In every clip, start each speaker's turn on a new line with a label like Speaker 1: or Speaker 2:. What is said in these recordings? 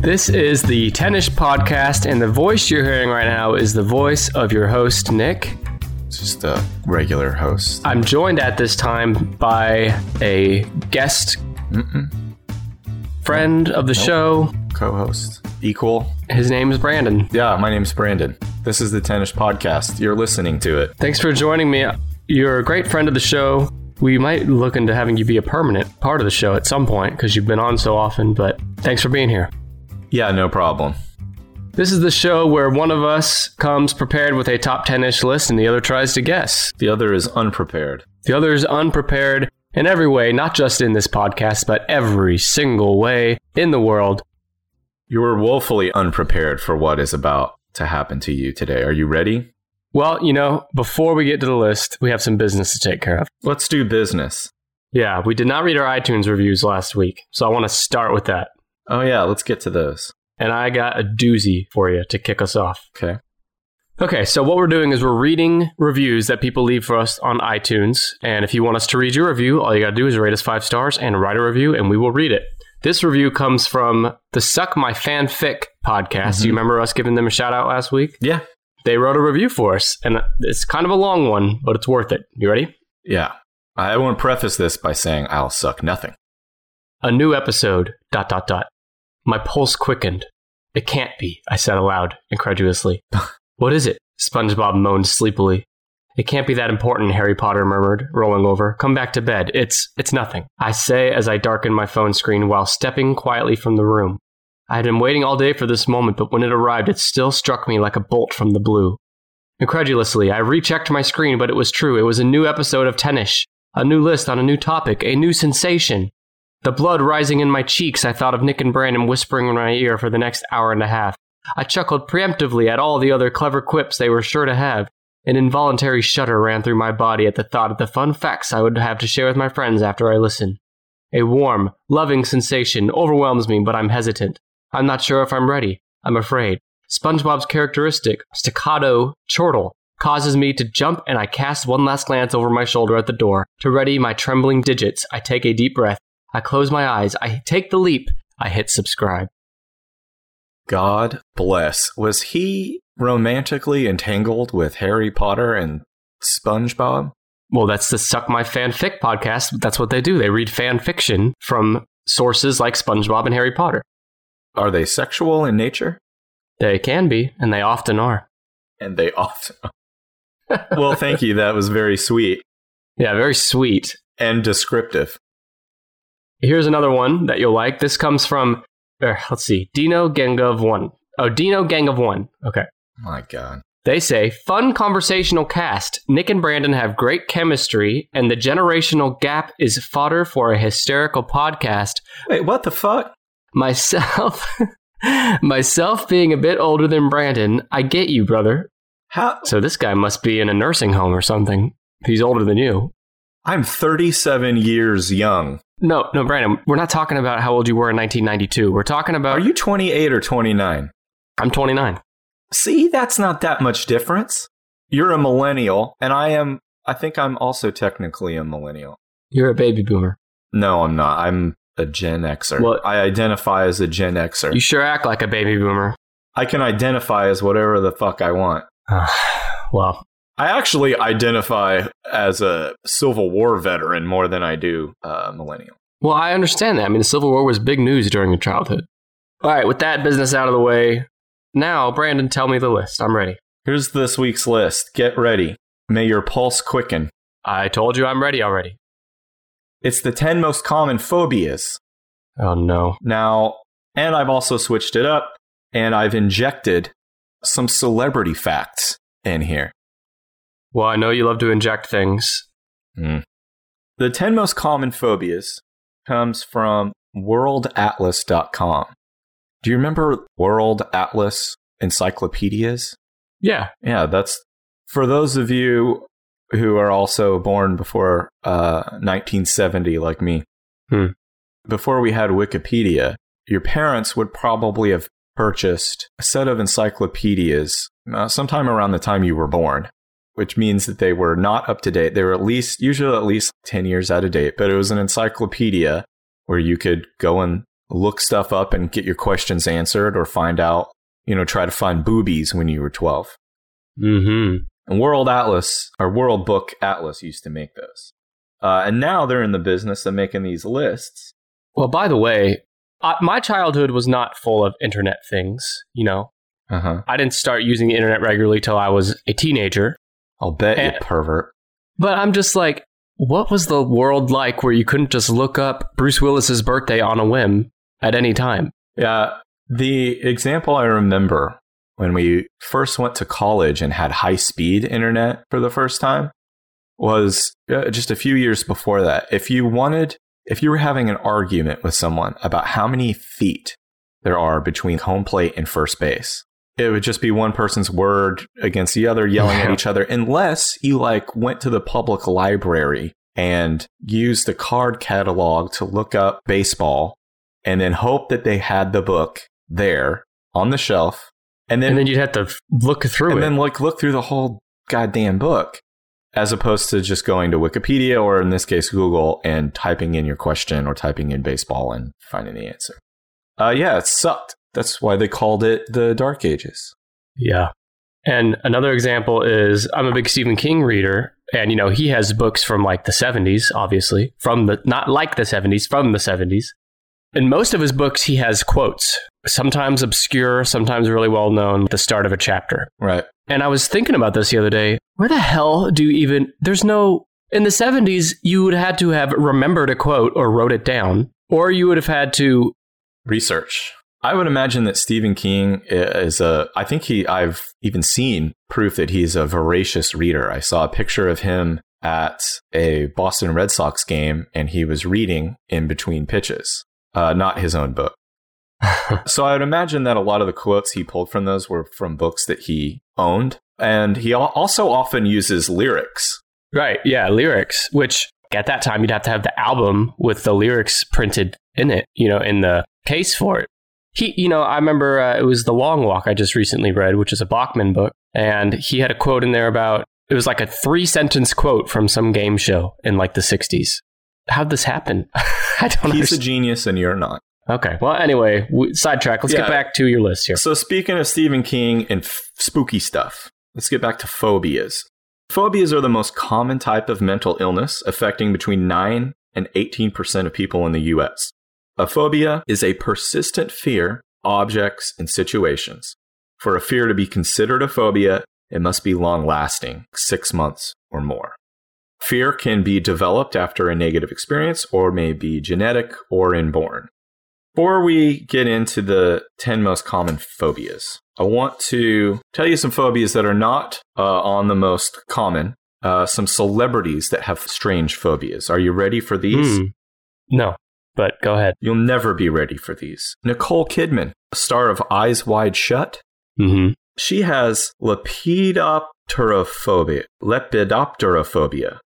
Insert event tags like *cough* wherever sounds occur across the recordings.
Speaker 1: This is the Tennis Podcast, and the voice you're hearing right now is the voice of your host, Nick.
Speaker 2: It's just the regular host.
Speaker 1: I'm joined at this time by a guest friend of the show.
Speaker 2: Co-host. Equal.
Speaker 1: His name is Brandon.
Speaker 2: Yeah, my name's Brandon. This is the Tennis Podcast. You're listening to it.
Speaker 1: Thanks for joining me. You're a great friend of the show. We might look into having you be a permanent part of the show at some point because you've been on so often, but thanks for being here.
Speaker 2: Yeah, no problem.
Speaker 1: This is the show where one of us comes prepared with a top 10 ish list and the other tries to guess.
Speaker 2: The other is unprepared.
Speaker 1: The other is unprepared in every way, not just in this podcast, but every single way in the world.
Speaker 2: You were woefully unprepared for what is about to happen to you today. Are you ready?
Speaker 1: Well, you know, before we get to the list, we have some business to take care of.
Speaker 2: Let's do business.
Speaker 1: Yeah, we did not read our iTunes reviews last week, so I want to start with that.
Speaker 2: Oh yeah, let's get to those.
Speaker 1: And I got a doozy for you to kick us off.
Speaker 2: Okay.
Speaker 1: Okay, so what we're doing is we're reading reviews that people leave for us on iTunes. And if you want us to read your review, all you got to do is rate us five stars and write a review, and we will read it. This review comes from the Suck My Fanfic podcast. You remember us giving them a shout out last week?
Speaker 2: Yeah.
Speaker 1: They wrote a review for us, and it's kind of a long one, but it's worth it. You ready?
Speaker 2: Yeah. I want to preface this by saying I'll suck nothing.
Speaker 1: A new episode, dot, dot, dot. My pulse quickened. It can't be, I said aloud, incredulously. *laughs* what is it? SpongeBob moaned sleepily. It can't be that important, Harry Potter murmured, rolling over. Come back to bed. It's, it's nothing, I say as I darken my phone screen while stepping quietly from the room. I had been waiting all day for this moment, but when it arrived, it still struck me like a bolt from the blue. Incredulously, I rechecked my screen, but it was true. It was a new episode of Tennis, a new list on a new topic, a new sensation. The blood rising in my cheeks, I thought of Nick and Brandon whispering in my ear for the next hour and a half. I chuckled preemptively at all the other clever quips they were sure to have. An involuntary shudder ran through my body at the thought of the fun facts I would have to share with my friends after I listened. A warm, loving sensation overwhelms me, but I'm hesitant. I'm not sure if I'm ready. I'm afraid. SpongeBob's characteristic, staccato chortle, causes me to jump, and I cast one last glance over my shoulder at the door. To ready my trembling digits, I take a deep breath. I close my eyes. I take the leap. I hit subscribe.
Speaker 2: God bless. Was he romantically entangled with Harry Potter and SpongeBob?
Speaker 1: Well, that's the Suck My Fanfic podcast. That's what they do. They read fan fiction from sources like SpongeBob and Harry Potter.
Speaker 2: Are they sexual in nature?
Speaker 1: They can be, and they often are.
Speaker 2: And they *laughs* often. well, thank you. That was very sweet
Speaker 1: Yeah, very sweet.
Speaker 2: and descriptive.
Speaker 1: Here's another one that you'll like. This comes from, er, let's see, Dino Gang of One. Oh, Dino Gang of One. Okay.
Speaker 2: My God.
Speaker 1: They say, fun conversational cast. Nick and Brandon have great chemistry, and the generational gap is fodder for a hysterical podcast.
Speaker 2: Wait, what the fuck?
Speaker 1: Myself, *laughs* myself being a bit older than Brandon, I get you, brother.
Speaker 2: How?
Speaker 1: So this guy must be in a nursing home or something. He's older than you.
Speaker 2: I'm 37 years young.
Speaker 1: No, no, Brandon, we're not talking about how old you were in 1992. We're talking about
Speaker 2: Are you 28 or 29?
Speaker 1: I'm 29.
Speaker 2: See, that's not that much difference. You're a millennial, and I am, I think I'm also technically a millennial.
Speaker 1: You're a baby boomer.
Speaker 2: No, I'm not. I'm a Gen Xer.
Speaker 1: Well-
Speaker 2: I identify as a Gen Xer.
Speaker 1: You sure act like a baby boomer. *sighs*
Speaker 2: I can identify as whatever the fuck I want.
Speaker 1: well,
Speaker 2: I actually identify as a Civil War veteran more than I do uh, millennial.
Speaker 1: well, I understand that. I mean, the Civil War was big news during your childhood. All right, with that business out of the way, now Brandon, tell me the list. I'm ready.
Speaker 2: Here's this week's list. Get ready. May your pulse quicken.
Speaker 1: I told you I'm ready already.
Speaker 2: It's the 10 most common phobias.
Speaker 1: Oh no.
Speaker 2: Now, and I've also switched it up and I've injected some celebrity facts in here.
Speaker 1: Well, I know you love to inject things.
Speaker 2: The 10 most common phobias comes from worldatlas.com. Do you remember World Atlas encyclopedias?
Speaker 1: Yeah.
Speaker 2: Yeah, that's for those of you who are also born before uh, 1970, like me.
Speaker 1: Hmm.
Speaker 2: Before we had Wikipedia, your parents would probably have purchased a set of encyclopedias uh, sometime around the time you were born, which means that they were not up to date. They were at least, usually at least 10 years out of date, but it was an encyclopedia where you could go and look stuff up and get your questions answered or find out, you know, try to find boobies when you were 12.
Speaker 1: Mm-hmm.
Speaker 2: And World Atlas or World Book Atlas used to make those. Uh, and now they're in the business of making these lists.
Speaker 1: Well, by the way, I, my childhood was not full of internet things. You know,
Speaker 2: Uh huh.
Speaker 1: I didn't start using the internet regularly till I was a teenager.
Speaker 2: I'll bet
Speaker 1: And-
Speaker 2: you pervert.
Speaker 1: But I'm just like, what was the world like where you couldn't just look up Bruce Willis's birthday on a whim at any time?
Speaker 2: Yeah. The example I remember when we first went to college and had high speed internet for the first time was uh, just a few years before that. If you wanted, if you were having an argument with someone about how many feet there are between home plate and first base, it would just be one person's word against the other, yelling at
Speaker 1: Yeah.
Speaker 2: each other, unless you like went to the public library and used the card catalog to look up baseball and then hope that they had the book there on the shelf and then
Speaker 1: And then you'd have to f- look through
Speaker 2: and
Speaker 1: it.
Speaker 2: then like look through the whole goddamn book as opposed to just going to wikipedia or in this case google and typing in your question or typing in baseball and finding the answer uh, yeah it sucked that's why they called it the dark ages
Speaker 1: yeah. And another example is I'm a big Stephen King reader, and you know he has books from like the 70s, obviously from the not like the 70s, from the 70s. In most of his books, he has quotes, sometimes obscure, sometimes really well known. at The start of a chapter.
Speaker 2: right
Speaker 1: And I was thinking about this the other day. Where the hell do you even? There's no. In the 70s, you would have had to have remembered a quote or wrote it down, or you would have had to.
Speaker 2: research i would imagine that stephen king i- is a i think he i've even seen proof that he's a voracious reader i saw a picture of him at a boston red sox game and he was reading in between pitches uh, not his own book so I would imagine that a lot of the quotes he pulled from those were from books that he owned. And he al- also often uses lyrics.
Speaker 1: Right. Yeah. Lyrics, which at that time you'd have to have the album with the lyrics printed in it, you know, in the case for it. He, you know, I remember uh, it was The Long Walk I just recently read, which is a Bachman book. And he had a quote in there about it was like a three sentence quote from some game show in like the 60s. How'd this happen? *laughs* I don't
Speaker 2: He's a
Speaker 1: understand.
Speaker 2: genius and you're not.
Speaker 1: Okay. Well, anyway, we, sidetrack. Let's
Speaker 2: Yeah.
Speaker 1: get back to your list here.
Speaker 2: So speaking of Stephen King and f- spooky stuff, let's get back to phobias. Phobias are the most common type of mental illness affecting between 9 and 18% of people in the US. A phobia is a persistent fear, objects, and situations. For a fear to be considered a phobia, it must be long lasting, six months or more. Fear can be developed after a negative experience or may be genetic or inborn. Before we get into the 10 most common phobias, I want to tell you some phobias that are not uh, on the most common. Uh, some celebrities that have strange phobias. Are you ready for these?
Speaker 1: Hmm. No, but go ahead.
Speaker 2: You'll never be ready for these. Nicole Kidman, star of Eyes Wide Shut,
Speaker 1: Mm-hmm.
Speaker 2: she has lepidopterophobia. Lepidopterophobia.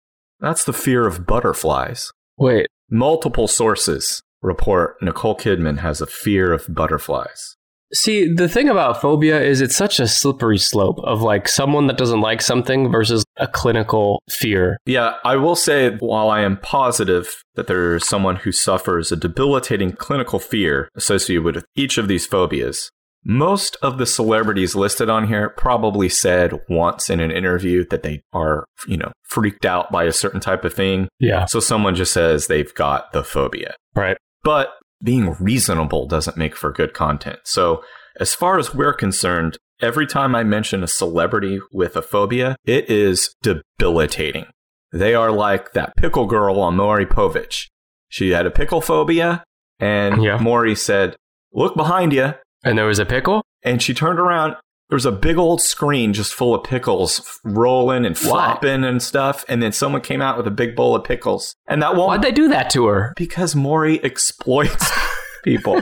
Speaker 2: That's the fear of butterflies.
Speaker 1: Wait.
Speaker 2: Multiple sources report Nicole Kidman has a fear of butterflies.
Speaker 1: See, the thing about phobia is it's such a slippery slope of like someone that doesn't like something versus a clinical fear.
Speaker 2: Yeah, I will say, while I am positive that there is someone who suffers a debilitating clinical fear associated with each of these phobias, most of the celebrities listed on here probably said once in an interview that they are, you know, freaked out by a certain type of thing.
Speaker 1: Yeah.
Speaker 2: So someone just says they've got the phobia.
Speaker 1: Right.
Speaker 2: But being reasonable doesn't make for good content. So, as far as we're concerned, every time I mention a celebrity with a phobia, it is debilitating. They are like that pickle girl on Maury Povich. She had a pickle phobia, and
Speaker 1: Yeah.
Speaker 2: Maury said, Look behind you.
Speaker 1: And there was a pickle?
Speaker 2: And she turned around. There was a big old screen just full of pickles f- rolling and flopping and stuff. And then someone came out with a big bowl of pickles. And that won't
Speaker 1: Why'd they do that to her? *laughs*
Speaker 2: because Maury exploits *laughs* people.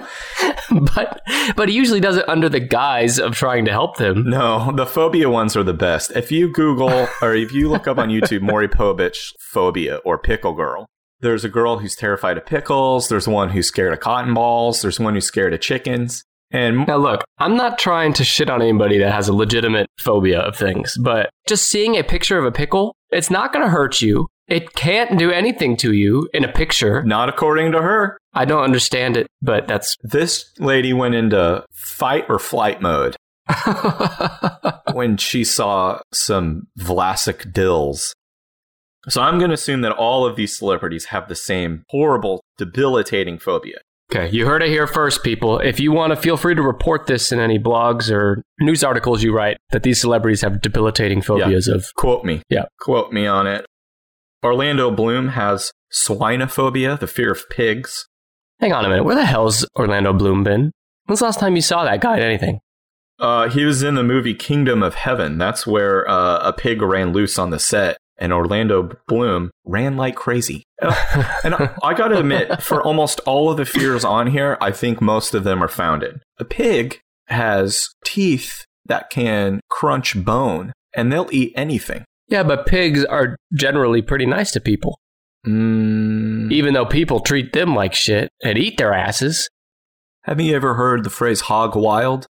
Speaker 1: but but he usually does it under the guise of trying to help them.
Speaker 2: No, the phobia ones are the best. If you Google or if you look up on YouTube Maury Povich phobia or pickle girl, there's a girl who's terrified of pickles. There's one who's scared of cotton balls. There's one who's scared of chickens. And
Speaker 1: Now look, I'm not trying to shit on anybody that has a legitimate phobia of things, but just seeing a picture of a pickle, it's not going to hurt you. It can't do anything to you in a picture.
Speaker 2: not according to her.
Speaker 1: I don't understand it, but that's. *laughs*
Speaker 2: This lady went into fight or flight mode when she saw some Vlasic dills. So I'm going to assume that all of these celebrities have the same horrible, debilitating phobia.
Speaker 1: okay, you heard it here first, people. If you want to feel free to report this in any blogs or news articles you write, that these celebrities have debilitating phobias of.
Speaker 2: Quote me.
Speaker 1: Yeah.
Speaker 2: Quote me on it. Orlando Bloom has swinophobia, the fear of pigs.
Speaker 1: Hang on a minute, where the hell's Orlando Bloom been? When's the last time you saw that guy in
Speaker 2: *laughs*
Speaker 1: anything?
Speaker 2: Uh, he was in the movie Kingdom of Heaven. That's where uh, a pig ran loose on the set, and Orlando Bloom ran like crazy. Uh, and I, I gotta admit, for almost all of the fears on here, I think most of them are founded. A pig has teeth that can crunch bone, and they'll eat anything.
Speaker 1: Yeah, but pigs are generally pretty nice to people.
Speaker 2: Mm.
Speaker 1: even though people treat them like shit and eat their asses.
Speaker 2: Have you ever heard the phrase hog wild?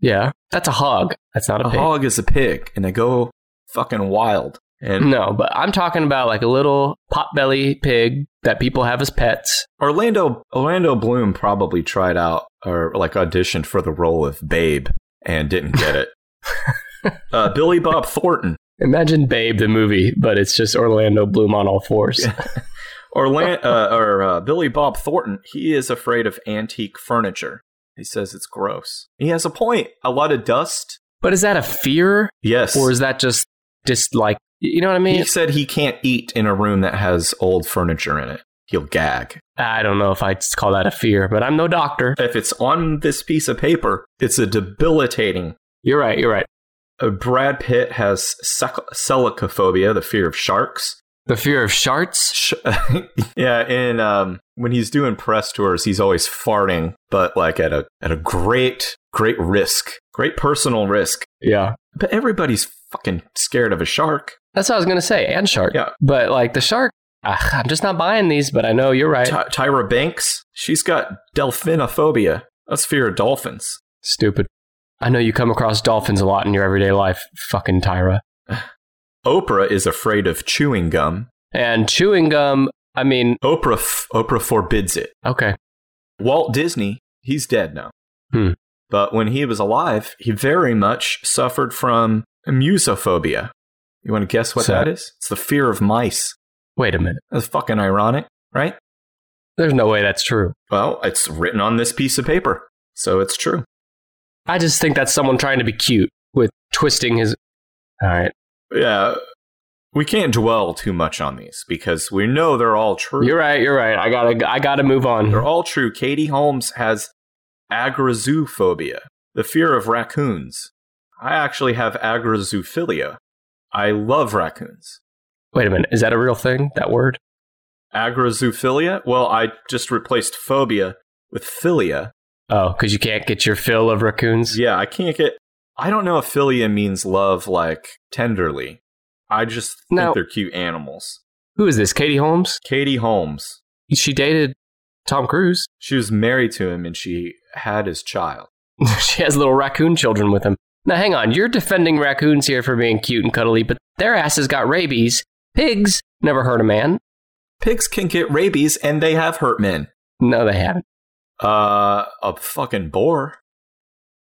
Speaker 1: Yeah, that's a hog. That's not a,
Speaker 2: A
Speaker 1: pig.
Speaker 2: hog is a pig, and they go fucking wild. And
Speaker 1: No, but I'm talking about like a little potbelly pig that people have as pets.
Speaker 2: Orlando Orlando Bloom probably tried out or like auditioned for the role of Babe and didn't
Speaker 1: *laughs*
Speaker 2: get it. uh, Billy Bob Thornton,
Speaker 1: Imagine Babe the movie, but it's just Orlando Bloom on all fours. *laughs*
Speaker 2: Orlan- uh, or uh, Billy Bob Thornton, he is afraid of antique furniture. He says it's gross. He has a point. A lot of dust.
Speaker 1: But is that a fear
Speaker 2: Yes.
Speaker 1: or is that just dislike? You know what I mean?
Speaker 2: he said he can't eat in a room that has old furniture in it. He'll gag.
Speaker 1: I don't know if I'd call that a fear, but I'm no doctor.
Speaker 2: If it's on this piece of paper, it's a debilitating
Speaker 1: You're right. You're right.
Speaker 2: Uh, Brad Pitt has sec- selicophobia, the fear of sharks.
Speaker 1: The fear of sharts.
Speaker 2: Sh- *laughs* yeah, and um, when he's doing press tours, he's always farting, but like at a at a great great risk, great personal risk.
Speaker 1: Yeah.
Speaker 2: But everybody's fucking scared of a shark.
Speaker 1: That's what I was going to say. And shark.
Speaker 2: Yeah.
Speaker 1: But like the shark, ah, I'm just not buying these, but I know you're right.
Speaker 2: Ty- Tyra Banks, she's got delphinophobia. That's fear of dolphins.
Speaker 1: Stupid. I know you come across dolphins a lot in your everyday life, fucking Tyra.
Speaker 2: Oprah is afraid of chewing gum.
Speaker 1: And chewing gum, I mean,
Speaker 2: Oprah f- Oprah forbids it.
Speaker 1: okay.
Speaker 2: Walt Disney, he's dead now.
Speaker 1: Hmm.
Speaker 2: But when he was alive, he very much suffered from musophobia. You want to guess what
Speaker 1: So-
Speaker 2: that is? It's the fear of mice.
Speaker 1: Wait a minute.
Speaker 2: That's fucking ironic, right?
Speaker 1: There's no way that's true.
Speaker 2: Well, it's written on this piece of paper, so it's true.
Speaker 1: I just think that's someone trying to be cute with twisting his. All right.
Speaker 2: Yeah. We can't dwell too much on these because we know they're all true.
Speaker 1: You're right. You're right. I gotta. I gotta move
Speaker 2: They're
Speaker 1: on.
Speaker 2: all true. Katie Holmes has agrizoophobia, the fear of raccoons. I actually have agrizoophilia. I love raccoons.
Speaker 1: Wait a minute. Is that a real thing? That word?
Speaker 2: Agrizoophilia? Well, I just replaced phobia with philia.
Speaker 1: Oh, because you can't get your fill of raccoons.
Speaker 2: Yeah, I can't get. I don't know if philia means love like tenderly. I just think
Speaker 1: No.
Speaker 2: they're cute animals.
Speaker 1: Who is this? Katie Holmes.
Speaker 2: Katie Holmes.
Speaker 1: She dated Tom Cruise. *laughs*
Speaker 2: She was married to him and she had his child.
Speaker 1: she has little raccoon children with him. Now, hang on. You're defending raccoons here for being cute and cuddly, but their asses got rabies. Pigs never hurt a man.
Speaker 2: Pigs can get rabies and they have hurt men.
Speaker 1: No, they haven't.
Speaker 2: Uh, a fucking boar.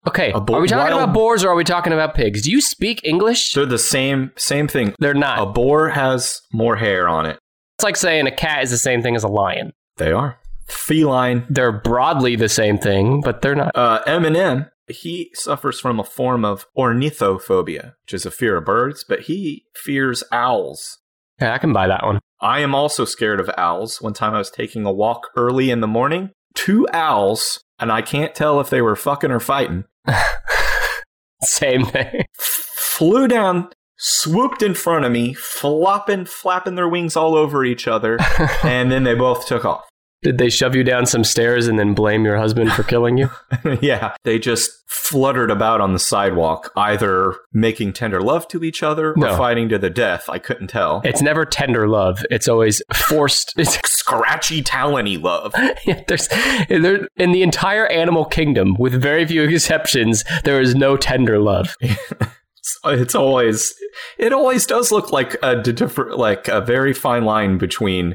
Speaker 1: Okay.
Speaker 2: A bo-
Speaker 1: are we talking
Speaker 2: wild-
Speaker 1: about boars or are we talking about pigs? Do you speak English?
Speaker 2: They're the same same thing.
Speaker 1: They're not.
Speaker 2: A boar has more hair on it.
Speaker 1: It's like saying a cat is the same thing as a lion.
Speaker 2: They are feline.
Speaker 1: They're broadly the same thing, but they're not.
Speaker 2: Uh, Eminem he suffers from a form of ornithophobia, which is a fear of birds, but he fears owls.
Speaker 1: Yeah, I can buy that one. *laughs*
Speaker 2: I am also scared of owls. One time I was taking a walk early in the morning, two owls, and I can't tell if they were fucking or fighting,
Speaker 1: Same thing.
Speaker 2: f- flew down, swooped in front of me, flopping, flapping their wings all over each other, *laughs* and then they both took off. *laughs*
Speaker 1: Did they shove you down some stairs and then blame your husband for killing
Speaker 2: *laughs*
Speaker 1: you?
Speaker 2: yeah, they just fluttered about on the sidewalk, either making tender love to each other or
Speaker 1: No.
Speaker 2: fighting to the death. I couldn't tell.
Speaker 1: It's never tender love. It's always forced. *laughs* It's,
Speaker 2: Scratchy talony love.
Speaker 1: yeah, there's there, in the entire animal kingdom, with very few *laughs* exceptions, there is no tender love.
Speaker 2: It's, *laughs* it's always, it always does *laughs* look like a d- different, like a very fine line between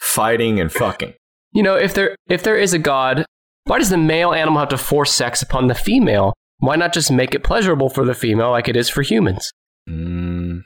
Speaker 2: fighting and fucking.
Speaker 1: You know, if there if there is a god, why does the male animal have to force sex upon the female? Why not just make it pleasurable for the female like it is for humans?
Speaker 2: Mm,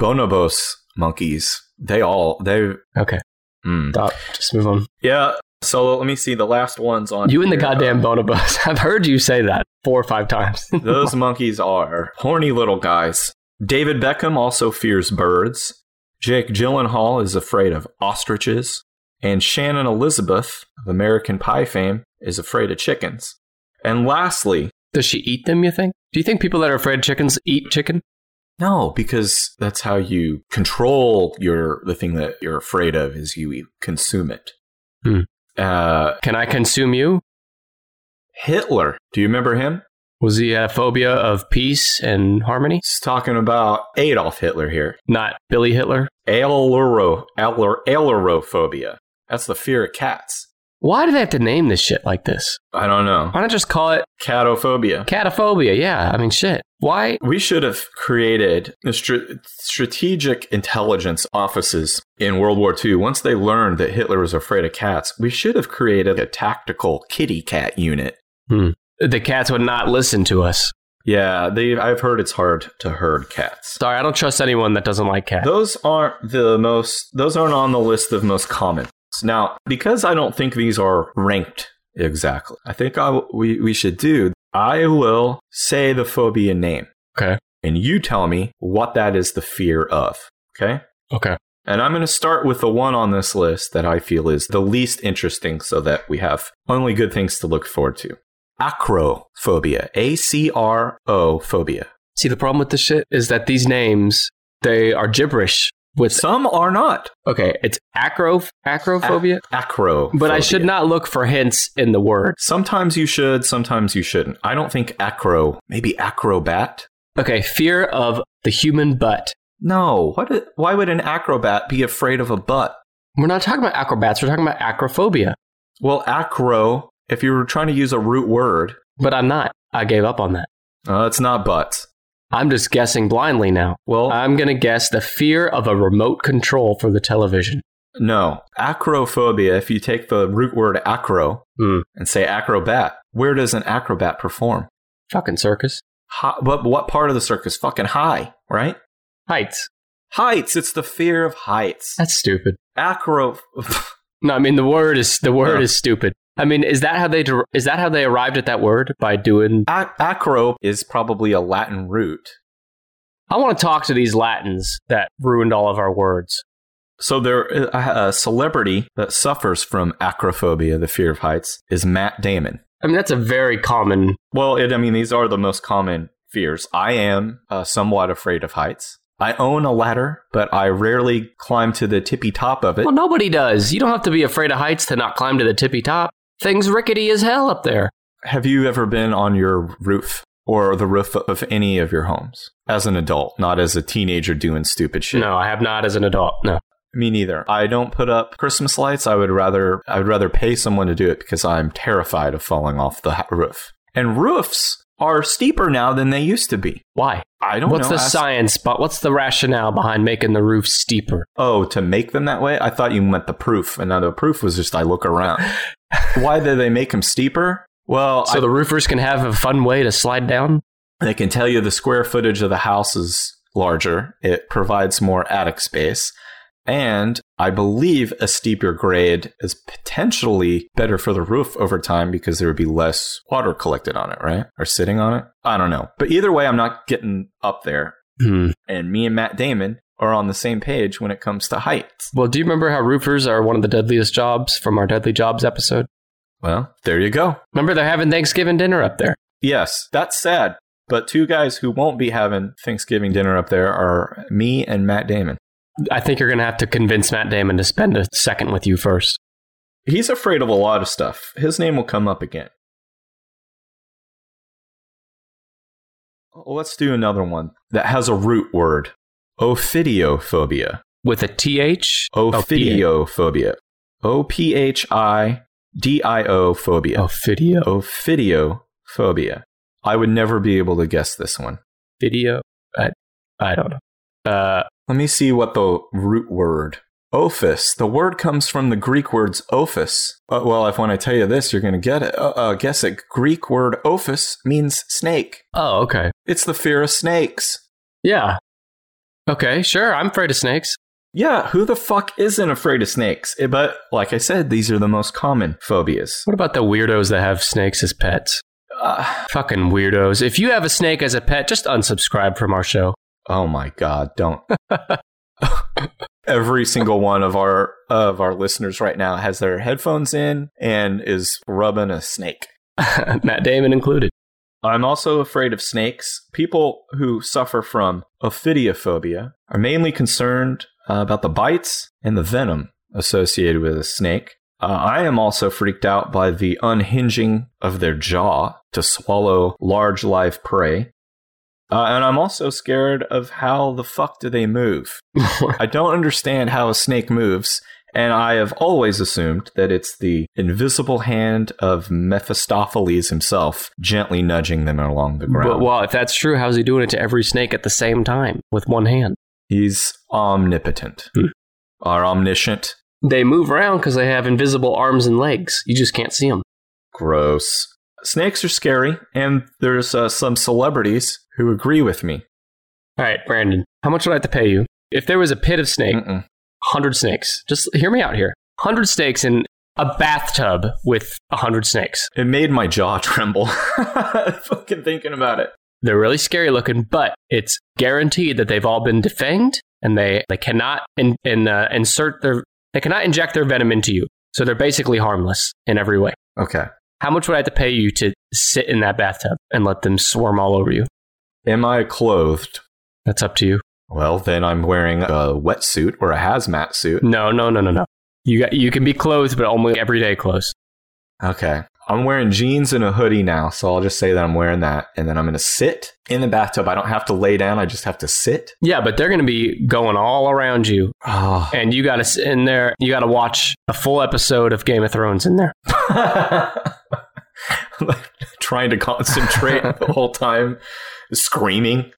Speaker 2: bonobos monkeys. They all they.
Speaker 1: Okay.
Speaker 2: Mm.
Speaker 1: Stop. Just move on.
Speaker 2: Yeah. So let me see the last ones on
Speaker 1: You and the
Speaker 2: here. uh,
Speaker 1: goddamn bonobos. *laughs* I've heard you say that four or five times.
Speaker 2: *laughs* Those monkeys are horny little guys. David Beckham also fears birds. Jake Gyllenhaal is afraid of ostriches. And Shannon Elizabeth of American Pie fame is afraid of chickens. And lastly,
Speaker 1: Does she eat them, you think? Do you think people that are afraid of chickens eat chicken?
Speaker 2: no, because that's how you control your the thing that you're afraid of is you e, consume it.
Speaker 1: Hmm.
Speaker 2: Uh,
Speaker 1: Can I consume you?
Speaker 2: Hitler, do you remember him?
Speaker 1: Was he a phobia of peace and harmony?
Speaker 2: He's talking about Adolf Hitler here.
Speaker 1: Not Billy Hitler?
Speaker 2: Ailerophobia. Ailer, ailerophobia. That's the fear of cats.
Speaker 1: Why do they have to name this shit like this?
Speaker 2: I don't know.
Speaker 1: Why not just call it
Speaker 2: Catophobia.
Speaker 1: cataphobia? Yeah, I mean, shit. Why?
Speaker 2: We should have created the stra- strategic intelligence offices in World War II. Once they learned that Hitler was afraid of cats, we should have created a tactical kitty cat unit.
Speaker 1: The cats would not listen to us.
Speaker 2: Yeah, they, I've heard it's hard to herd cats.
Speaker 1: Sorry, I don't trust anyone that doesn't like cats.
Speaker 2: Those aren't the most those aren't on the list of most common. Now, because I don't think these are ranked exactly, I think I, we, we should do. I will say the phobia name.
Speaker 1: Okay.
Speaker 2: And you tell me what that is the fear of. Okay.
Speaker 1: Okay.
Speaker 2: And I'm going to start with the one on this list that I feel is the least interesting so that we have only good things to look forward to. Acrophobia. A C R O phobia.
Speaker 1: See, the problem with this shit is that these names, they are gibberish. With
Speaker 2: Some are not.
Speaker 1: okay, it's acro acrophobia,
Speaker 2: Acro.
Speaker 1: but I should not look for hints in the word.
Speaker 2: Sometimes you should, sometimes you shouldn't. I don't think acro, maybe acrobat?
Speaker 1: Okay, fear of the human butt.
Speaker 2: No, what i- why would an acrobat be afraid of a butt?
Speaker 1: We're not talking about acrobats. We're talking about acrophobia.
Speaker 2: Well, acro, if you were trying to use a root word,
Speaker 1: But I'm not. I gave up on that.
Speaker 2: uh, it's not butts.
Speaker 1: I'm just guessing blindly now.
Speaker 2: Well,
Speaker 1: I'm going to guess the fear of a remote control for the television.
Speaker 2: no. Acrophobia, if you take the root word acro
Speaker 1: Hmm.
Speaker 2: and say acrobat, where does an acrobat perform?
Speaker 1: Fucking circus.
Speaker 2: Hi, but what part of the circus? Fucking high, right?
Speaker 1: Heights.
Speaker 2: Heights, it's the fear of heights.
Speaker 1: That's stupid.
Speaker 2: Acro. *laughs*
Speaker 1: No, I mean the word is the word
Speaker 2: Yeah.
Speaker 1: is stupid. I mean, is that how they der- is that how they arrived at that word by doing?
Speaker 2: Ac- acro is probably a Latin root.
Speaker 1: I want to talk to these Latins that ruined all of our words.
Speaker 2: So there, uh, a celebrity that suffers from acrophobia, the fear of heights, is Matt Damon.
Speaker 1: I mean, that's a very common.
Speaker 2: Well, it, I mean, these are the most common fears. I am uh, somewhat afraid of heights. I own a ladder, but I rarely climb to the tippy top of it.
Speaker 1: Well, nobody does. You don't have to be afraid of heights to not climb to the tippy top. Things rickety as hell up there.
Speaker 2: Have you ever been on your roof or the roof of any of your homes as an adult, not as a teenager doing stupid shit?
Speaker 1: No, I have not as an adult. No.
Speaker 2: Me neither. I don't put up Christmas lights. I would rather I would rather pay someone to do it because I'm terrified of falling off the ho- roof. And roofs are steeper now than they used to be.
Speaker 1: Why?
Speaker 2: I don't
Speaker 1: What's
Speaker 2: know.
Speaker 1: the
Speaker 2: Ask-
Speaker 1: science? But what's the rationale behind making the roof steeper?
Speaker 2: Oh, to make them that way? I thought you meant the proof. And now the proof was just I
Speaker 1: *laughs*
Speaker 2: look around. Why do they make them steeper? Well,
Speaker 1: So the roofers can have a fun way to slide down.
Speaker 2: I, they can tell you the square footage of the house is larger. It provides more attic space. And I believe a steeper grade is potentially better for the roof over time because there would be less water collected on it, right? Or sitting on it. I don't know. But either way, I'm not getting up there.
Speaker 1: Hmm.
Speaker 2: And me and Matt Damon are on the same page when it comes to heights.
Speaker 1: Well, do you remember how roofers are one of the deadliest jobs from our Deadly Jobs episode?
Speaker 2: Well, there you go.
Speaker 1: Remember they're having Thanksgiving dinner up there.
Speaker 2: Yes, that's sad. But two guys who won't be having Thanksgiving dinner up there are me and Matt Damon.
Speaker 1: I think you're going to have to convince Matt Damon to spend a second with you first.
Speaker 2: He's afraid of a lot of stuff. His name will come up again. Oh, Let's do another one that has a root word ophidiophobia.
Speaker 1: With a TH?
Speaker 2: Ophidiophobia. O P H I D I O
Speaker 1: Oh.
Speaker 2: phobia.
Speaker 1: Ophidio.
Speaker 2: Ophidiophobia. I would never be able to guess this one.
Speaker 1: Ophidio. I, I don't know. Uh,
Speaker 2: Let me see what the root word Ophis. The word comes from the Greek words ophis. Uh, well, if when I tell you this, you're going to get it. Uh, uh, guess it. Greek word ophis means snake.
Speaker 1: Oh, okay.
Speaker 2: It's the fear of snakes.
Speaker 1: Yeah. Okay, sure. I'm afraid of snakes.
Speaker 2: Yeah, who the fuck isn't afraid of snakes? Eh, But like I said, these are the most common phobias.
Speaker 1: What about the weirdos that have snakes as pets?
Speaker 2: Uh,
Speaker 1: Fucking weirdos. If you have a snake as a pet, just unsubscribe from our show. *laughs*
Speaker 2: oh my god, don't. *laughs* Every single one of our of our listeners right now has their headphones in and is rubbing a snake.
Speaker 1: Matt Damon included. *laughs*
Speaker 2: I'm also afraid of snakes. People who suffer from ophidiophobia are mainly concerned uh, about the bites and the venom associated with a snake. Uh, I am also freaked out by the unhinging of their jaw to swallow large live prey. Uh, and I'm also scared of how the fuck do they move. I don't understand how a snake moves, and I have always assumed that it's the invisible hand of Mephistopheles himself gently nudging them along the ground.
Speaker 1: But, well, if that's true, how's he doing it to every snake at the same time with one hand?
Speaker 2: He's omnipotent
Speaker 1: Hmm.
Speaker 2: or omniscient.
Speaker 1: They move around because they have invisible arms and legs. You just can't see them.
Speaker 2: Gross. Snakes are scary, and there's uh, some celebrities who agree with me.
Speaker 1: All right, Brandon, how much would I have to pay you? If there was a pit of snake,
Speaker 2: Mm-mm.
Speaker 1: 100 snakes, just hear me out here 100 snakes in a bathtub with 100 snakes.
Speaker 2: It made my jaw *laughs* tremble. Fucking thinking about it.
Speaker 1: They're really scary looking, but it's guaranteed that they've all been defanged and they, they cannot in, in, uh, insert their, they cannot inject their venom into you. So they're basically harmless in every way.
Speaker 2: Okay.
Speaker 1: How much would I have to pay you to sit in that bathtub and let them swarm all over you?
Speaker 2: Am I clothed?
Speaker 1: That's up to you.
Speaker 2: Well, then I'm wearing a wetsuit or a hazmat suit.
Speaker 1: No, no, no, no, no. You got, you can be clothed, but only everyday clothes.
Speaker 2: Okay. I'm wearing jeans and a hoodie now, so I'll just say that I'm wearing that. And then I'm going to sit in the bathtub. I don't have to lay down, I just have to sit.
Speaker 1: Yeah, but they're going to be going all around you,
Speaker 2: Oh. *laughs*
Speaker 1: and you got to sit in there. You got to watch a full episode of Game of Thrones in there.
Speaker 2: Trying to concentrate *laughs* the whole time, screaming.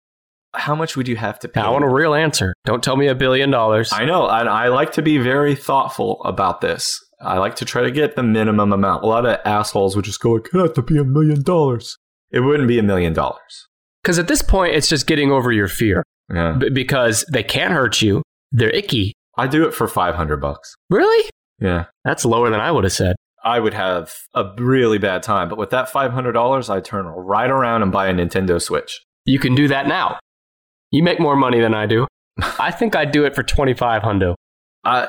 Speaker 2: How much would you have to pay?
Speaker 1: Now, I want a real answer. Don't tell me a billion dollars.
Speaker 2: I know, and I like to be very thoughtful about this. I like to try to get the minimum amount. A lot of assholes would just go, "It have to be a million dollars." It wouldn't be a million dollars.
Speaker 1: Because at this point, it's just getting over your fear
Speaker 2: Yeah,
Speaker 1: B- because they can't hurt you. They're icky.
Speaker 2: I do it for five hundred bucks.
Speaker 1: Really?
Speaker 2: Yeah,
Speaker 1: That's lower than I would have said.
Speaker 2: I would have a really bad time, but with that five hundred dollars, I turn right around and buy a Nintendo Switch.
Speaker 1: You can do that now. You make more money than I do. I think I'd do it for 25 hundo.
Speaker 2: I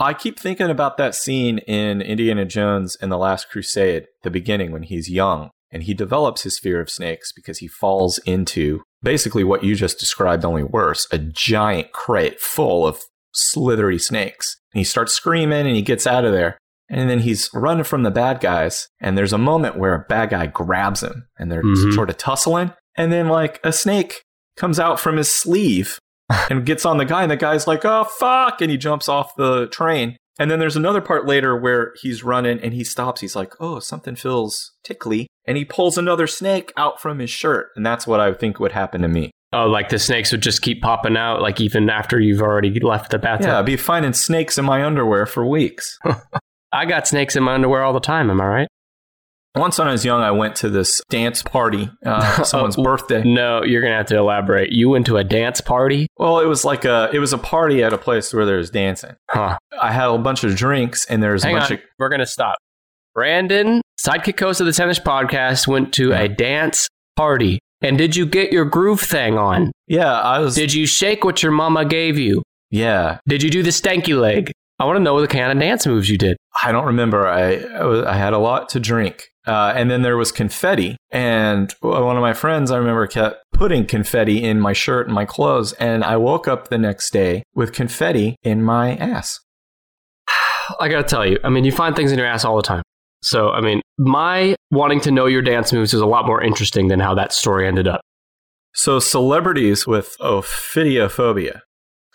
Speaker 2: I keep thinking about that scene in Indiana Jones and the Last Crusade, the beginning when he's young and he develops his fear of snakes because he falls into basically what you just described only worse, a giant crate full of slithery snakes. And he starts screaming and he gets out of there. And then he's running from the bad guys and there's a moment where a bad guy grabs him and they're
Speaker 1: Mhm.
Speaker 2: sort of tussling and then like a snake comes out from his sleeve and gets on the guy, and the guy's like, oh, fuck. And he jumps off the train. And then there's another part later where he's running and he stops. He's like, oh, something feels tickly. And he pulls another snake out from his shirt. And that's what I think would happen to me.
Speaker 1: Oh, like the snakes would just keep popping out, like even after you've already left the bathtub.
Speaker 2: Yeah, I'd be finding snakes in my underwear for weeks.
Speaker 1: I got snakes in my underwear all the time, am I right?
Speaker 2: Once when I was young, I went to this dance party,
Speaker 1: *laughs*
Speaker 2: uh, someone's
Speaker 1: Oh.
Speaker 2: birthday.
Speaker 1: No, you're going to have to elaborate. You went to a dance party?
Speaker 2: Well, it was like a, it was a party at a place where there was dancing.
Speaker 1: Huh.
Speaker 2: I had a bunch of drinks and there was
Speaker 1: Hang
Speaker 2: a
Speaker 1: on.
Speaker 2: bunch of,
Speaker 1: We're going to stop. Brandon, sidekick host of the Tennis Podcast, went to a dance party. And did you get your groove thing on?
Speaker 2: yeah, I was,
Speaker 1: Did you shake what your mama gave you?
Speaker 2: yeah,
Speaker 1: Did you do the stanky leg? I want to know the kind of dance moves you did.
Speaker 2: I don't remember. I I, was, I had a lot to drink, uh, and then there was confetti. And one of my friends, I remember, kept putting confetti in my shirt and my clothes. And I woke up the next day with confetti in my ass.
Speaker 1: I gotta tell you, I mean, you find things in your ass all the time. So, I mean, my wanting to know your dance moves is a lot more interesting than how that story ended up.
Speaker 2: So celebrities with ophidiophobia,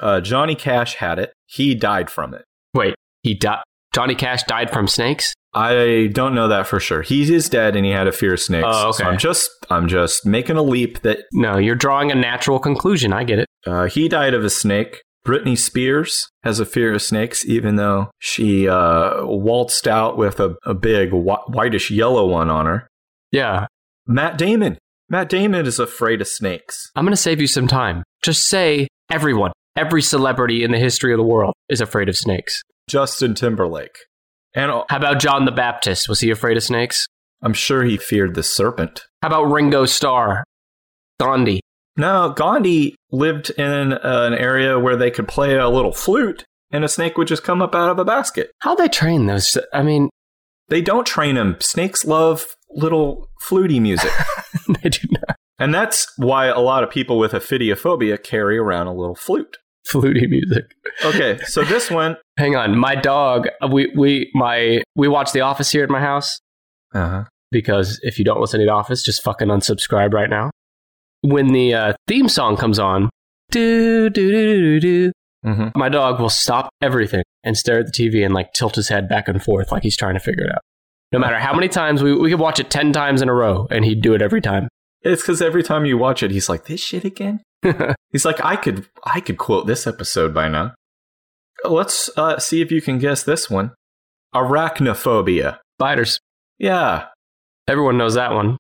Speaker 2: uh, Johnny Cash had it. He died from it.
Speaker 1: Wait, he died. Johnny Cash died from snakes.
Speaker 2: I don't know that for sure. He is dead, and he had a fear of snakes.
Speaker 1: Oh,
Speaker 2: So
Speaker 1: okay.
Speaker 2: I'm just I'm just making a leap that
Speaker 1: No, you're drawing a natural conclusion. I get it.
Speaker 2: uh, he died of a snake. Britney Spears has a fear of snakes, even though she uh, waltzed out with a, a big wh- whitish yellow one on her.
Speaker 1: Yeah,
Speaker 2: Matt Damon. Matt Damon is afraid of snakes.
Speaker 1: I'm going to save you some time. Just say everyone, every celebrity in the history of the world is afraid of snakes.
Speaker 2: Justin Timberlake. And uh,
Speaker 1: How about John the Baptist? Was he afraid of snakes?
Speaker 2: I'm sure he feared the serpent.
Speaker 1: How about Ringo Starr? Gandhi.
Speaker 2: No, Gandhi lived in uh, an area where they could play a little flute and a snake would just come up out of a basket.
Speaker 1: How they train those? I mean, *laughs*
Speaker 2: They don't train them. Snakes love little fluty music.
Speaker 1: they do not.
Speaker 2: and that's why a lot of people with ophidiophobia carry around a little flute.
Speaker 1: Fluty music.
Speaker 2: Okay, *laughs* so this one.
Speaker 1: Hang on, my dog. We we my we watch The Office here at my house
Speaker 2: Uh-huh.
Speaker 1: because if you don't listen to The Office, just fucking unsubscribe right now. When the uh, theme song comes on, do do do do do,
Speaker 2: Mm-hmm.
Speaker 1: my dog will stop everything and stare at the TV and like tilt his head back and forth like he's trying to figure it out. No matter how many times we we could watch it ten times in a row and he'd do it every time. *laughs*
Speaker 2: It's because every time you watch it, he's like, "This shit again." he's like, "I could, I could quote this episode by now." Let's uh, see if you can guess this one. Arachnophobia.
Speaker 1: Spiders.
Speaker 2: Yeah,
Speaker 1: Everyone knows that one.